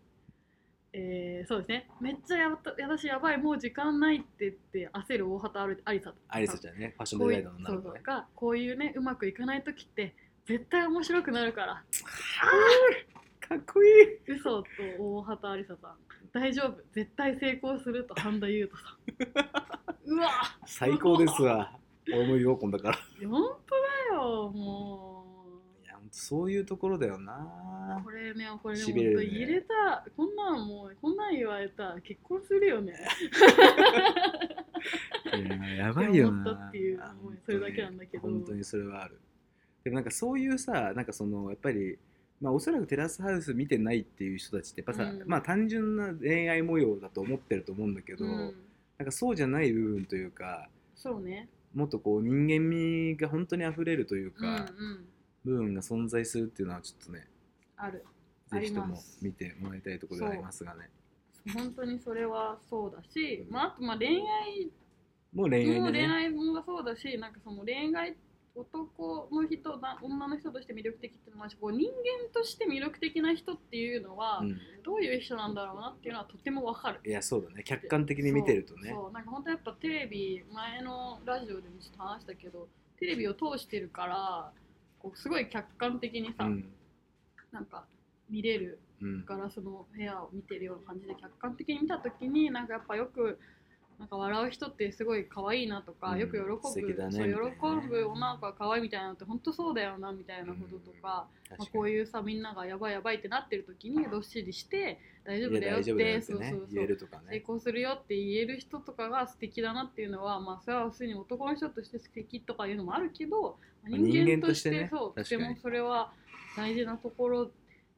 [SPEAKER 1] えーそうですねめっちゃやば私やばいもう時間ないって言って焦る大畑ありありさ
[SPEAKER 2] アリサちゃんねファッション
[SPEAKER 1] こ
[SPEAKER 2] デ
[SPEAKER 1] う
[SPEAKER 2] ザ
[SPEAKER 1] い
[SPEAKER 2] イナ
[SPEAKER 1] う
[SPEAKER 2] ーの女
[SPEAKER 1] そう
[SPEAKER 2] の子
[SPEAKER 1] そう
[SPEAKER 2] ね
[SPEAKER 1] がこういうねうまくいかない時って絶対面白くなるから
[SPEAKER 2] かっこいい
[SPEAKER 1] 嘘と大畑ありささん大丈夫絶対成功すると半田優斗さんうわ
[SPEAKER 2] 最高ですわ俺も言おう今度から
[SPEAKER 1] 本当だよもう
[SPEAKER 2] いやほんとそういうところだよな
[SPEAKER 1] これね、これね、
[SPEAKER 2] し
[SPEAKER 1] 本
[SPEAKER 2] びれる
[SPEAKER 1] 当
[SPEAKER 2] ね
[SPEAKER 1] 入れた、こんなんもう、こんなん言われたら結婚するよね。
[SPEAKER 2] いややばい
[SPEAKER 1] って
[SPEAKER 2] よ
[SPEAKER 1] 思った
[SPEAKER 2] な
[SPEAKER 1] っていう思いそれだけなんだけど
[SPEAKER 2] 本当にそれはあるでもなんかそういうさなんかそのやっぱりまあおそらくテラスハウス見てないっていう人たちってやっぱさ、
[SPEAKER 1] うん
[SPEAKER 2] まあ単純な恋愛模様だと思ってると思うんだけど、
[SPEAKER 1] うん、
[SPEAKER 2] なんかそうじゃない部分というか
[SPEAKER 1] そうね。
[SPEAKER 2] もっとこう人間味が本当に溢れるという
[SPEAKER 1] うんう
[SPEAKER 2] か、
[SPEAKER 1] ん。
[SPEAKER 2] 部分が存在するっていうのはちょっとね
[SPEAKER 1] ある。
[SPEAKER 2] ぜひと
[SPEAKER 1] ありま
[SPEAKER 2] も
[SPEAKER 1] す
[SPEAKER 2] 見てもらいたいところではありますがね
[SPEAKER 1] 本当にそれはそうだし
[SPEAKER 2] う、ん
[SPEAKER 1] まあ、あとまあ恋
[SPEAKER 2] もう恋
[SPEAKER 1] 愛
[SPEAKER 2] 愛
[SPEAKER 1] も
[SPEAKER 2] だ
[SPEAKER 1] 恋
[SPEAKER 2] ね
[SPEAKER 1] 愛もそうだし、なんかその恋愛男の人だ、女の人として魅力的っていうのは、こう人間として魅力的な人っていうのは、
[SPEAKER 2] うん
[SPEAKER 1] どういう人なんだろうなっていうのはとてもわかる。
[SPEAKER 2] いやそうだね客観的に見てるとね
[SPEAKER 1] そうそうなんか本当やっぱテレビ前のラジオでもちょっと話したけどテレビを通してるからこうすごい客観的にさ、
[SPEAKER 2] うん
[SPEAKER 1] なんか見れる
[SPEAKER 2] うん
[SPEAKER 1] ガラスの部屋を見てるような感じで客観的に見た時になんかやっぱよくなんか笑う人ってすごい可愛いなとか、
[SPEAKER 2] うん
[SPEAKER 1] よく喜ぶ
[SPEAKER 2] 素敵だね
[SPEAKER 1] そう
[SPEAKER 2] みたいなね
[SPEAKER 1] 喜ぶ女の子が可愛いみたいなのって本当そうだよなみたいなこととか、
[SPEAKER 2] 確
[SPEAKER 1] まあ
[SPEAKER 2] かに、
[SPEAKER 1] こういうさみんながやばいやばいってなってる時にどっしりして大丈夫だ
[SPEAKER 2] いや
[SPEAKER 1] よっ
[SPEAKER 2] 大
[SPEAKER 1] て
[SPEAKER 2] 丈夫だよって
[SPEAKER 1] そうそう
[SPEAKER 2] ね
[SPEAKER 1] そう
[SPEAKER 2] 言えるとか
[SPEAKER 1] 成
[SPEAKER 2] ね
[SPEAKER 1] 功するよって言える人とかが素敵だなっていうのは、まあ、それは普通に男の人として素敵とかいうのもあるけど
[SPEAKER 2] まあ
[SPEAKER 1] 人間として
[SPEAKER 2] 人間としてね
[SPEAKER 1] そうと
[SPEAKER 2] 確
[SPEAKER 1] て
[SPEAKER 2] かに
[SPEAKER 1] もそれは大事なところ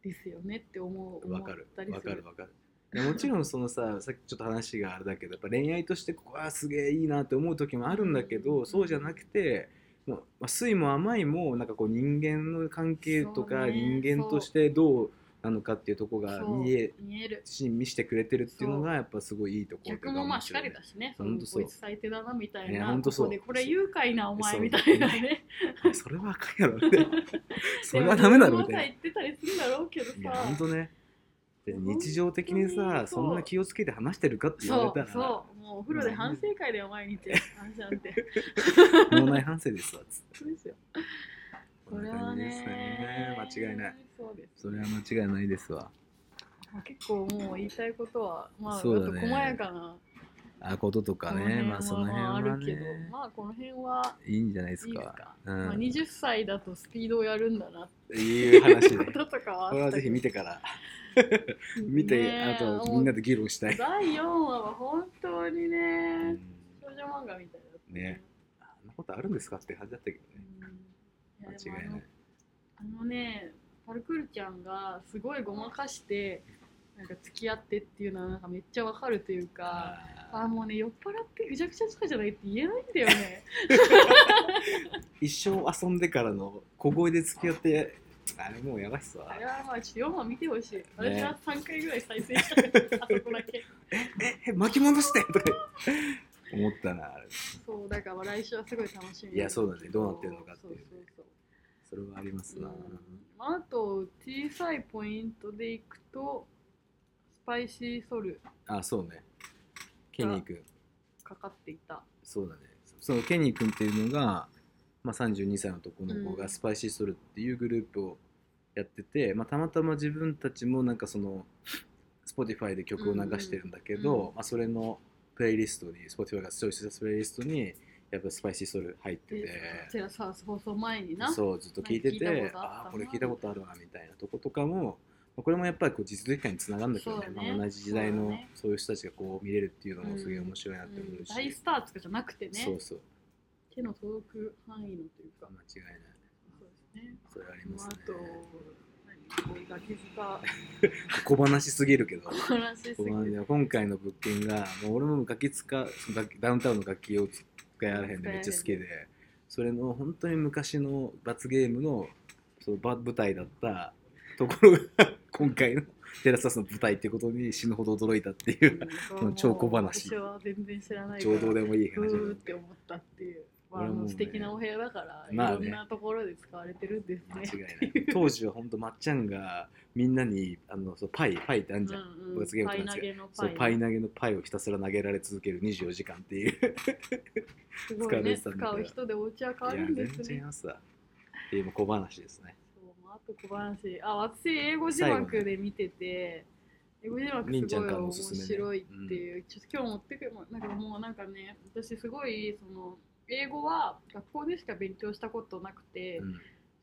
[SPEAKER 1] ですよねって思う
[SPEAKER 2] わ
[SPEAKER 1] 思
[SPEAKER 2] か
[SPEAKER 1] っ
[SPEAKER 2] る
[SPEAKER 1] た
[SPEAKER 2] わ
[SPEAKER 1] りする
[SPEAKER 2] かるわかるでもちろんそのさ さっきちょっと話があれだけどやっぱ恋愛としてここはすげえいいなって思う時もあるんだけど、
[SPEAKER 1] うん
[SPEAKER 2] そうじゃなくてもうまあ酸いも甘いもなんかこう人間の関係とか、
[SPEAKER 1] そうね
[SPEAKER 2] 人間としてどうなのかっていうとこが
[SPEAKER 1] そう
[SPEAKER 2] 見え
[SPEAKER 1] 見える
[SPEAKER 2] し見してくれてるっていうのがやっぱすごいいいところと
[SPEAKER 1] 客
[SPEAKER 2] いうか
[SPEAKER 1] もまあ
[SPEAKER 2] 面
[SPEAKER 1] し
[SPEAKER 2] 白
[SPEAKER 1] か
[SPEAKER 2] いね
[SPEAKER 1] りだしね
[SPEAKER 2] ほ
[SPEAKER 1] その
[SPEAKER 2] んとそう
[SPEAKER 1] こいつ最低だなみたい
[SPEAKER 2] い
[SPEAKER 1] な
[SPEAKER 2] やほんとそう
[SPEAKER 1] ここでこれ誘拐なお前
[SPEAKER 2] そう
[SPEAKER 1] みたいなね
[SPEAKER 2] あ それはあかんやろみ たいな それはダメだろみ
[SPEAKER 1] でも
[SPEAKER 2] たい
[SPEAKER 1] 言ってたりするだろうけどさ
[SPEAKER 2] ないやほんとねで日常的に
[SPEAKER 1] 本当
[SPEAKER 2] さ
[SPEAKER 1] にそ
[SPEAKER 2] そうそんな気をつけて話してるかって言わ
[SPEAKER 1] そ
[SPEAKER 2] れた
[SPEAKER 1] う
[SPEAKER 2] ら
[SPEAKER 1] そうもうお風呂で反省会だよ毎日 話なんて
[SPEAKER 2] 脳内反省ですわつって
[SPEAKER 1] そうですよ
[SPEAKER 2] こんな感じですね間違いない。
[SPEAKER 1] そうです。
[SPEAKER 2] それは間違いないですわ
[SPEAKER 1] まあ結構もう言いたいことは、まあ、ち
[SPEAKER 2] そ
[SPEAKER 1] ょ
[SPEAKER 2] う
[SPEAKER 1] っ
[SPEAKER 2] だ
[SPEAKER 1] と
[SPEAKER 2] ね
[SPEAKER 1] 細やかな。
[SPEAKER 2] あことと
[SPEAKER 1] こ
[SPEAKER 2] かねまあその辺
[SPEAKER 1] あ
[SPEAKER 2] は
[SPEAKER 1] るけど
[SPEAKER 2] ね、
[SPEAKER 1] まあ、この辺はい
[SPEAKER 2] いんじゃないです
[SPEAKER 1] いい
[SPEAKER 2] か
[SPEAKER 1] ですか。
[SPEAKER 2] う
[SPEAKER 1] まあ、
[SPEAKER 2] ん
[SPEAKER 1] 20歳だとスピードをやるんだなっ
[SPEAKER 2] い
[SPEAKER 1] て
[SPEAKER 2] う話
[SPEAKER 1] い
[SPEAKER 2] で
[SPEAKER 1] うこととかはあ
[SPEAKER 2] こ
[SPEAKER 1] ったけど。
[SPEAKER 2] れはぜひ見てから見て、
[SPEAKER 1] ねえ
[SPEAKER 2] あとみんなで議論したい、
[SPEAKER 1] 第4話は本当に
[SPEAKER 2] う
[SPEAKER 1] ね、
[SPEAKER 2] ん
[SPEAKER 1] 少女漫画みたいだった
[SPEAKER 2] ね。あんなことあるんですかって感じだったけど
[SPEAKER 1] う
[SPEAKER 2] ね
[SPEAKER 1] んやでも
[SPEAKER 2] 間違いない
[SPEAKER 1] あのあのね、パルクールちゃんがすごいごまかして、なんか付き合ってっていうのはなんかめっちゃわかるというか。
[SPEAKER 2] あ
[SPEAKER 1] あもうね酔っ払ってぐちゃぐちゃとかじゃないって言えないんだよ ね
[SPEAKER 2] ー一生遊んでからの小声で付き合ってあれもうやばいっすわ
[SPEAKER 1] あれはまあちょっと4話見てほしい
[SPEAKER 2] ね
[SPEAKER 1] 私は3回ぐらい再生したからあそこだ け
[SPEAKER 2] ええ巻き戻してとか思ったなあれ
[SPEAKER 1] そうだから来週はすごい楽しみ
[SPEAKER 2] いやそうだねどうなってるのかっていうね
[SPEAKER 1] そうそう
[SPEAKER 2] それはあります
[SPEAKER 1] そう
[SPEAKER 2] な、
[SPEAKER 1] うんまああと小さいポイントでいくとスパイシーソル
[SPEAKER 2] あそうねケニー君
[SPEAKER 1] かかっていた
[SPEAKER 2] そうだねそのケニー君っていうのが、まあ、32歳の男の子
[SPEAKER 1] う
[SPEAKER 2] が
[SPEAKER 1] ん
[SPEAKER 2] スパイシーソルっていうグループをやってて、まあ、たまたま自分たちもなんかその Spotify で曲を流してるんだけど、
[SPEAKER 1] うんうん
[SPEAKER 2] まあ、それのプレイリストに Spotify が視聴したプレイリストにやっぱスパイシーソル入って
[SPEAKER 1] で
[SPEAKER 2] て
[SPEAKER 1] テラスハウス放送前にな
[SPEAKER 2] そうずっと聞いて
[SPEAKER 1] なんか聞い
[SPEAKER 2] て
[SPEAKER 1] たことあったな
[SPEAKER 2] ああーこれ聞いたことあるわみたいなとことかもまあこれもやっぱりこう実力感につながるんだけどね
[SPEAKER 1] そうだ
[SPEAKER 2] ま
[SPEAKER 1] ね
[SPEAKER 2] あ、同じ時代
[SPEAKER 1] そう
[SPEAKER 2] の
[SPEAKER 1] だね
[SPEAKER 2] そういう人たちがこう見れるっていうのもすげえ面白いなって思
[SPEAKER 1] うん
[SPEAKER 2] うし、
[SPEAKER 1] 大スターとかじゃなくてね
[SPEAKER 2] そうそう
[SPEAKER 1] 手の届く範囲のというか
[SPEAKER 2] 間違いない
[SPEAKER 1] そうですね
[SPEAKER 2] それあり
[SPEAKER 1] ま
[SPEAKER 2] ま
[SPEAKER 1] ああ
[SPEAKER 2] すね。
[SPEAKER 1] と、何こうガキ塚
[SPEAKER 2] 小話すぎるけど。
[SPEAKER 1] お話しすぎ
[SPEAKER 2] 小
[SPEAKER 1] て
[SPEAKER 2] 話今回の物件が、もう俺もガキ使、ガキダウンタウンの楽器を使いあらへんでめっちゃ好きで、それの本当に昔の罰ゲームのそのば舞台だったところが 今回のテラサスの舞台っていうことに死ぬほど驚いたっていう
[SPEAKER 1] もう
[SPEAKER 2] 超小話
[SPEAKER 1] 私は全然知らない
[SPEAKER 2] ちょうど
[SPEAKER 1] で
[SPEAKER 2] でもいい
[SPEAKER 1] ふ
[SPEAKER 2] 話だ
[SPEAKER 1] ーって思ったっていう、まあ、あ
[SPEAKER 2] 俺も
[SPEAKER 1] の
[SPEAKER 2] ね
[SPEAKER 1] 素敵なお部屋だから、
[SPEAKER 2] まあね
[SPEAKER 1] いろんなところで使われてるんですね
[SPEAKER 2] 間違いない当時は本当まっちゃんがみんなにあのそうパイパイってあんじゃん、
[SPEAKER 1] うんうん
[SPEAKER 2] 罰ゲーム
[SPEAKER 1] パ
[SPEAKER 2] と
[SPEAKER 1] イ
[SPEAKER 2] か
[SPEAKER 1] 投
[SPEAKER 2] ですけ
[SPEAKER 1] げの
[SPEAKER 2] そ
[SPEAKER 1] パ
[SPEAKER 2] う
[SPEAKER 1] イ
[SPEAKER 2] パイ投げのパイをひたすら投げられ続ける24時間っていう
[SPEAKER 1] すごいね使
[SPEAKER 2] 使われてたんだけど
[SPEAKER 1] う人でお家はい変わ
[SPEAKER 2] や
[SPEAKER 1] るん
[SPEAKER 2] 全
[SPEAKER 1] です
[SPEAKER 2] 然い
[SPEAKER 1] ね
[SPEAKER 2] ますわっていうもう小話ですね
[SPEAKER 1] そうあと小話あ私英語字幕で見てて英語字幕
[SPEAKER 2] 凛ち
[SPEAKER 1] す
[SPEAKER 2] ゃ
[SPEAKER 1] ご
[SPEAKER 2] ん
[SPEAKER 1] い
[SPEAKER 2] からのお
[SPEAKER 1] 面
[SPEAKER 2] すすめね
[SPEAKER 1] 白いっていう、ちょっと今日持ってくるなんかもうなんかね私すごいその英語は学校でしか勉強したことなくて、
[SPEAKER 2] うん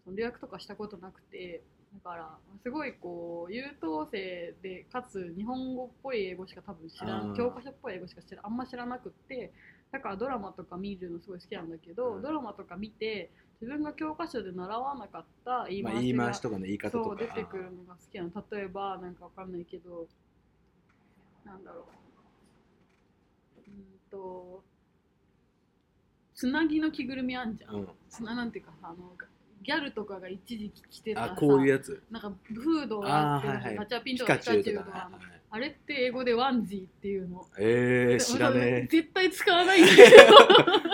[SPEAKER 1] その留学とかしたことなくてだからすごいこう優等生でかつ日本語っぽい英語しか多分知ら
[SPEAKER 2] あー
[SPEAKER 1] ん教科書っぽい英語しか知らあんま知らなくってだからドラマとか見るのすごい好きなんだけど、
[SPEAKER 2] うん
[SPEAKER 1] ドラマとか見て自分が教科書で習わなかった言い
[SPEAKER 2] まあ
[SPEAKER 1] 回
[SPEAKER 2] 言
[SPEAKER 1] し
[SPEAKER 2] い
[SPEAKER 1] が、
[SPEAKER 2] 回しとかの言い方とか
[SPEAKER 1] そう出てくるのが好きなの例えばなんかわかんないけどなんだろううーんとつなぎの着ぐるみあんじゃん、
[SPEAKER 2] うん
[SPEAKER 1] つななんていうかさあのギャルとかが一時期着てた
[SPEAKER 2] あ
[SPEAKER 1] さ
[SPEAKER 2] こういうやつ
[SPEAKER 1] なんかフードがあって
[SPEAKER 2] あーはいはい
[SPEAKER 1] ガチャピン
[SPEAKER 2] ピ
[SPEAKER 1] とか
[SPEAKER 2] カ
[SPEAKER 1] ピ
[SPEAKER 2] チ
[SPEAKER 1] カ
[SPEAKER 2] ュ
[SPEAKER 1] チュ
[SPEAKER 2] ウ
[SPEAKER 1] ウ
[SPEAKER 2] と
[SPEAKER 1] と
[SPEAKER 2] か
[SPEAKER 1] か
[SPEAKER 2] ねはい
[SPEAKER 1] あれって英語でワンジーっていうの
[SPEAKER 2] えー、知らね
[SPEAKER 1] 絶対使わないんだ け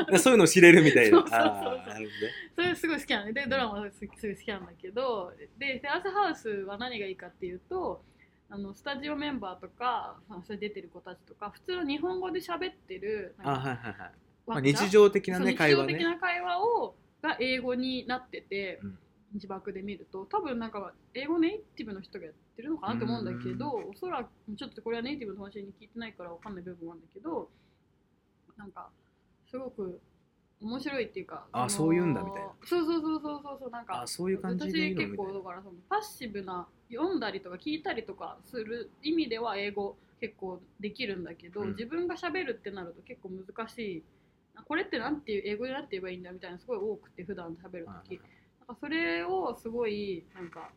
[SPEAKER 1] ど
[SPEAKER 2] えそういうの知れるみたいな
[SPEAKER 1] そうそうそうそう
[SPEAKER 2] あーなるほどね
[SPEAKER 1] それすごい好きなのでドラマがすごい好きなんだけどでテラスハウスは何がいいかっていうとあのスタジオメンバーとかあそれ出てる子たちとか普通の日本語で喋ってる
[SPEAKER 2] あ
[SPEAKER 1] な
[SPEAKER 2] は
[SPEAKER 1] ん
[SPEAKER 2] い
[SPEAKER 1] か
[SPEAKER 2] はいはい、まあ、
[SPEAKER 1] わちゃ
[SPEAKER 2] 日常的な
[SPEAKER 1] そう
[SPEAKER 2] ね
[SPEAKER 1] 日
[SPEAKER 2] 会
[SPEAKER 1] 常
[SPEAKER 2] 話
[SPEAKER 1] 的
[SPEAKER 2] ね
[SPEAKER 1] な会話をが英語になってて、
[SPEAKER 2] うん
[SPEAKER 1] 字幕で見ると多分なんか英語ネイティブの人がやってるのかなと思うんだけどおそらくちょっとこれはネイティブの友達に聞いてないからわかんない部分もあるんだけどなんかすごく面白いっていうか
[SPEAKER 2] あ
[SPEAKER 1] の
[SPEAKER 2] そういうんだみたいな
[SPEAKER 1] そうそうそうそうそうそうなんか
[SPEAKER 2] あそういう感じでいい
[SPEAKER 1] 私
[SPEAKER 2] の
[SPEAKER 1] 結
[SPEAKER 2] みたい
[SPEAKER 1] 構
[SPEAKER 2] な
[SPEAKER 1] だからそのパッシブな読んだりとか聞いたりとかする意味では英語結構できるんだけど、
[SPEAKER 2] うん
[SPEAKER 1] 自分が喋るってなると結構難しいあこれってなんていう英語でなんて言えばいいんだみたいなのすごい多くて普段喋る
[SPEAKER 2] はいはい
[SPEAKER 1] 時なんかそれをすごいなんか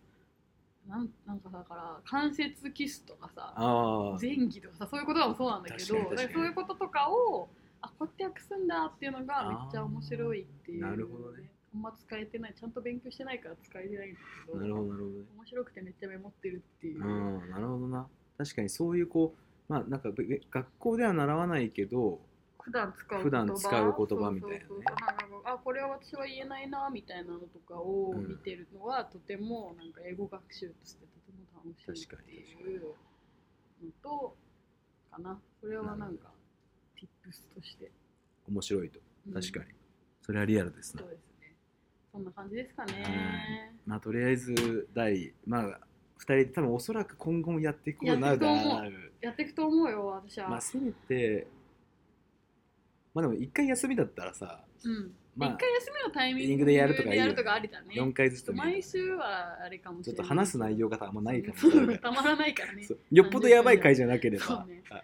[SPEAKER 1] なんなんかだから関節キスとかさ
[SPEAKER 2] あー
[SPEAKER 1] 前儀とかさそういうこともそうなんだけど
[SPEAKER 2] 確かに確かに
[SPEAKER 1] なんかそういうこととかをあこうやって訳すんだっていうのがめっちゃ面白いっていう、
[SPEAKER 2] あーなるほどね
[SPEAKER 1] あんま使えてないちゃんと勉強してないから使えてないんだけど
[SPEAKER 2] なるほどなるほどね
[SPEAKER 1] 面白くてめっちゃメモってるっていう、
[SPEAKER 2] うん、なるほどな確かにそういうこうまあなんかべ学校では習わないけど
[SPEAKER 1] 普段使う
[SPEAKER 2] 普段使う言葉
[SPEAKER 1] そうそうそう
[SPEAKER 2] みたいなね
[SPEAKER 1] あなんかあこれは私は言えないなみたいなのとかを見てるのは、とてもなんか英語学習としてとても楽しいっていうのとかなそれは
[SPEAKER 2] な
[SPEAKER 1] な
[SPEAKER 2] る
[SPEAKER 1] ん
[SPEAKER 2] ほ
[SPEAKER 1] か tips として、
[SPEAKER 2] 面白いと
[SPEAKER 1] うん
[SPEAKER 2] 確かに、それはリアルですね
[SPEAKER 1] そうですねそんな感じですか
[SPEAKER 2] は
[SPEAKER 1] ね
[SPEAKER 2] まあとりあえず第まあ2人で多分おそらく今後もやっていこう
[SPEAKER 1] や
[SPEAKER 2] な
[SPEAKER 1] っていくと思う
[SPEAKER 2] だなる
[SPEAKER 1] やっていくと思うよ私は、
[SPEAKER 2] まあせめてまあでも1回休みだったらさ
[SPEAKER 1] うん
[SPEAKER 2] まあ
[SPEAKER 1] 一回休みのタイミン
[SPEAKER 2] リン
[SPEAKER 1] グ
[SPEAKER 2] グでやるとかいいよね
[SPEAKER 1] やるとかありだね
[SPEAKER 2] 4回ず
[SPEAKER 1] ちょっ
[SPEAKER 2] つ
[SPEAKER 1] と
[SPEAKER 2] 見る
[SPEAKER 1] 毎週はあれかもし
[SPEAKER 2] ちょ
[SPEAKER 1] れ
[SPEAKER 2] っ
[SPEAKER 1] ない
[SPEAKER 2] と話す内容があんまないかもし
[SPEAKER 1] そ
[SPEAKER 2] れ
[SPEAKER 1] う
[SPEAKER 2] ないか
[SPEAKER 1] たまらないからね
[SPEAKER 2] らそうよっぽどやばい回じゃなければ
[SPEAKER 1] そうね
[SPEAKER 2] あ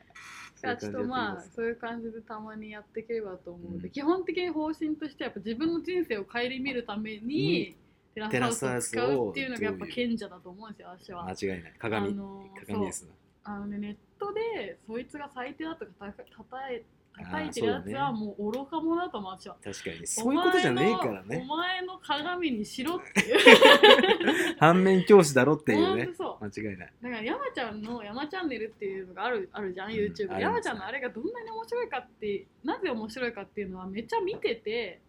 [SPEAKER 1] じゃあちょっとまあそういう感じでたまにやっていければと思うので、基本的に方針としてはやっぱ自分の人生を顧みるために、テラスハウスを使うっていうのがやっぱ賢者だと思うんですよ私は。
[SPEAKER 2] 間違いない鏡、
[SPEAKER 1] あのー
[SPEAKER 2] 鏡ですな
[SPEAKER 1] あのね、ネットでそいつが最低だとかたたたえ
[SPEAKER 2] あー
[SPEAKER 1] 叩いてるや
[SPEAKER 2] そう
[SPEAKER 1] つ
[SPEAKER 2] だね
[SPEAKER 1] はもう愚か者だと思う私は。
[SPEAKER 2] 確かにそういうことじゃねえから
[SPEAKER 1] お前の
[SPEAKER 2] ね
[SPEAKER 1] お前の鏡にしろっていう。
[SPEAKER 2] 反面教師だろっていうね
[SPEAKER 1] 本当そう。
[SPEAKER 2] 間違いない
[SPEAKER 1] だから山ちゃんの山チャンネルっていうのがあるあるじゃん
[SPEAKER 2] うん
[SPEAKER 1] YouTube
[SPEAKER 2] ありますね
[SPEAKER 1] で山ちゃんのあれがどんなに面白いかってなぜ面白いかっていうのはめっちゃ見てて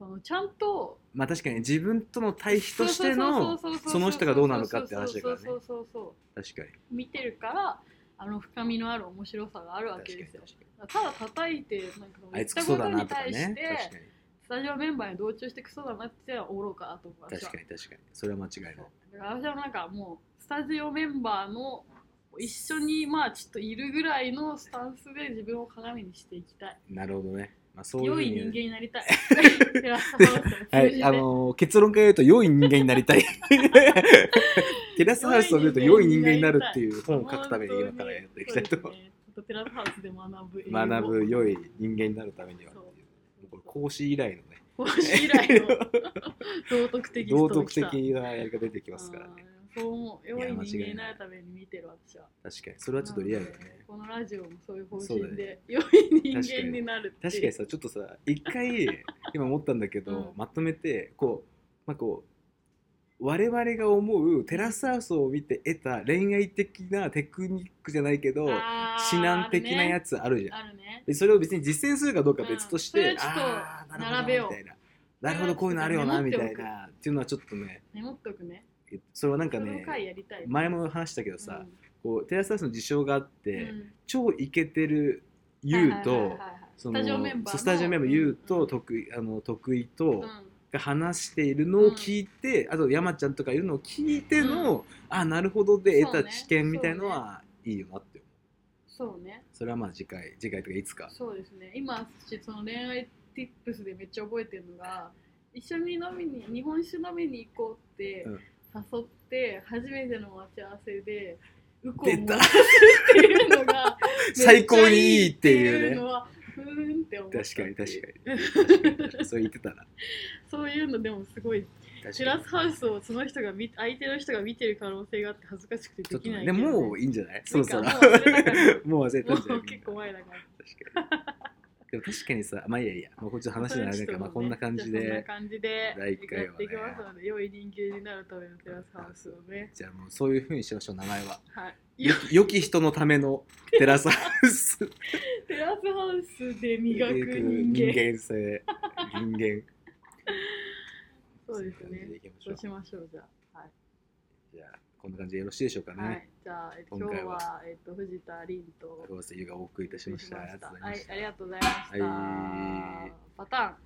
[SPEAKER 1] そのちゃんと
[SPEAKER 2] まあ確かに自分との対比としての
[SPEAKER 1] そうそうそうそうそう
[SPEAKER 2] その人がどうなのかって話だからね
[SPEAKER 1] そうそうそうそう
[SPEAKER 2] 確かに
[SPEAKER 1] 見てるからあの深みのある面白さがあるわ
[SPEAKER 2] 確か
[SPEAKER 1] け
[SPEAKER 2] に
[SPEAKER 1] です
[SPEAKER 2] 確
[SPEAKER 1] よ
[SPEAKER 2] かに
[SPEAKER 1] ただ叩いてなんか
[SPEAKER 2] あ
[SPEAKER 1] 言
[SPEAKER 2] い
[SPEAKER 1] っ
[SPEAKER 2] つ
[SPEAKER 1] た
[SPEAKER 2] ク
[SPEAKER 1] こ
[SPEAKER 2] ソだ
[SPEAKER 1] とに
[SPEAKER 2] なとか
[SPEAKER 1] 対して、
[SPEAKER 2] ね確かに
[SPEAKER 1] スタジオメンバーに同調してクソだなってのは愚かだと思う私
[SPEAKER 2] 確
[SPEAKER 1] は
[SPEAKER 2] かに確かにそれは間違いない
[SPEAKER 1] だから私はなんかもうスタジオメンバーの一緒にまあちょっといるぐらいのスタンスで自分を鏡にしていきたい
[SPEAKER 2] なるほどねまあそういうふ
[SPEAKER 1] 良
[SPEAKER 2] う
[SPEAKER 1] い
[SPEAKER 2] に
[SPEAKER 1] 人間にな りたいテラスハウスを通じて
[SPEAKER 2] はい、あのー結論から言うと良い人間になり たいテラスハウスを見ると良い人間になるっていう本を書くために今からやっていきたいと
[SPEAKER 1] そうですねちょっとテラスハウスで学ぶ英語
[SPEAKER 2] 学ぶ良い人間になるためにはっていうもうこれ講師以来のね
[SPEAKER 1] 講師以来の道徳的ストーリー
[SPEAKER 2] 道
[SPEAKER 1] 来た
[SPEAKER 2] 徳的なやり方出てきますからね
[SPEAKER 1] あーそう思う
[SPEAKER 2] い
[SPEAKER 1] 良
[SPEAKER 2] や
[SPEAKER 1] い
[SPEAKER 2] 間違い
[SPEAKER 1] 人
[SPEAKER 2] な
[SPEAKER 1] 間
[SPEAKER 2] い
[SPEAKER 1] になるために見てる私は
[SPEAKER 2] 確かにそれはちょっとリアルだ
[SPEAKER 1] なので
[SPEAKER 2] ね
[SPEAKER 1] このラジオもそういう方
[SPEAKER 2] そうだ
[SPEAKER 1] 針
[SPEAKER 2] ね
[SPEAKER 1] で良い人間になるって
[SPEAKER 2] 確か
[SPEAKER 1] い
[SPEAKER 2] に
[SPEAKER 1] う
[SPEAKER 2] さちょっとさ一回今思ったんだけど、
[SPEAKER 1] うん
[SPEAKER 2] まとめてこうまあこう我々が思うテラスハウスを見て得た恋愛的なテクニックじゃないけど指
[SPEAKER 1] あー
[SPEAKER 2] 南的なやつあるじゃん、
[SPEAKER 1] あるね
[SPEAKER 2] でそれを別に実践するかどうかは別として、
[SPEAKER 1] うんそれはちょっと
[SPEAKER 2] あーなるほど
[SPEAKER 1] 並べよう
[SPEAKER 2] みたいななるほどこういうのあるよな
[SPEAKER 1] メモっ
[SPEAKER 2] み
[SPEAKER 1] てお
[SPEAKER 2] た
[SPEAKER 1] く
[SPEAKER 2] いなっていうのはちょっとね
[SPEAKER 1] メモっとくね
[SPEAKER 2] それはなんか
[SPEAKER 1] その
[SPEAKER 2] ね
[SPEAKER 1] 回やりたい
[SPEAKER 2] 前も話したけどさ、
[SPEAKER 1] うん
[SPEAKER 2] こうテラスハウスの事象があって、
[SPEAKER 1] うん
[SPEAKER 2] 超イケてる優
[SPEAKER 1] はい
[SPEAKER 2] と、
[SPEAKER 1] はいはいはい
[SPEAKER 2] そ
[SPEAKER 1] ス
[SPEAKER 2] の
[SPEAKER 1] タジオメンバー
[SPEAKER 2] そう
[SPEAKER 1] の
[SPEAKER 2] スタジオメンバー優と
[SPEAKER 1] うん
[SPEAKER 2] 得意,、あの得意と
[SPEAKER 1] うん
[SPEAKER 2] が話しているのを聞いて、あと山ちゃんとかいるのを聞いての、あなるほどで
[SPEAKER 1] そう
[SPEAKER 2] 得
[SPEAKER 1] ね
[SPEAKER 2] た知見みたいのはいいよなって思う
[SPEAKER 1] そうね
[SPEAKER 2] それはまあ次回次回とかいつか
[SPEAKER 1] そうですね今私その恋愛 tips でめっちゃ覚えてるのが一緒に飲みに日本酒飲みに行こうって
[SPEAKER 2] うん
[SPEAKER 1] 誘って、初めての待ち合わせでウコン
[SPEAKER 2] 出
[SPEAKER 1] を
[SPEAKER 2] た
[SPEAKER 1] すっていうのが
[SPEAKER 2] 最高にいいって
[SPEAKER 1] めっちゃいいって
[SPEAKER 2] いう
[SPEAKER 1] の
[SPEAKER 2] ね
[SPEAKER 1] はふーんって思った
[SPEAKER 2] 確かに確
[SPEAKER 1] かに
[SPEAKER 2] そう言ってたら
[SPEAKER 1] そういうのでもすごいシ
[SPEAKER 2] 確か
[SPEAKER 1] ラ
[SPEAKER 2] に
[SPEAKER 1] スハウスをその人が見相手の人が見てる可能性があって恥ずかしくて
[SPEAKER 2] ち
[SPEAKER 1] で
[SPEAKER 2] ょっ
[SPEAKER 1] き
[SPEAKER 2] と
[SPEAKER 1] ない
[SPEAKER 2] ね
[SPEAKER 1] け
[SPEAKER 2] で
[SPEAKER 1] どね、
[SPEAKER 2] ももういいんじゃないそろそろ
[SPEAKER 1] なんかもう忘れたから
[SPEAKER 2] もう忘れたんじゃ
[SPEAKER 1] も
[SPEAKER 2] ないう
[SPEAKER 1] 結構前だから
[SPEAKER 2] 確かにでも確かにさまあいいやいいやもうこっちの話じゃないから、まあ、こんな感じ
[SPEAKER 1] じゃあそんな
[SPEAKER 2] で
[SPEAKER 1] 感じで
[SPEAKER 2] 第一回はね
[SPEAKER 1] やっていきますので、良い人間になるためのテラスハウスをね。
[SPEAKER 2] じゃあもうそういうふうにしましょう名前は
[SPEAKER 1] はい。
[SPEAKER 2] よ良き人のためのテラスハウス
[SPEAKER 1] テラスハウスで磨く人間。
[SPEAKER 2] 人間性人間
[SPEAKER 1] そうです
[SPEAKER 2] い感じで
[SPEAKER 1] ね。
[SPEAKER 2] いきましょ
[SPEAKER 1] そううしましょうじゃあ。はい。
[SPEAKER 2] じゃあこんな感じでよろしいでしょうかね、
[SPEAKER 1] はい、じゃあ、えっと、今
[SPEAKER 2] 今
[SPEAKER 1] 日
[SPEAKER 2] 回は
[SPEAKER 1] は、えっと、藤田凛と。
[SPEAKER 2] 高瀬優がお送りいたしましたありがとうござい
[SPEAKER 1] は
[SPEAKER 2] ま
[SPEAKER 1] い
[SPEAKER 2] し、た
[SPEAKER 1] ありがとうございました。
[SPEAKER 2] はい
[SPEAKER 1] パターン。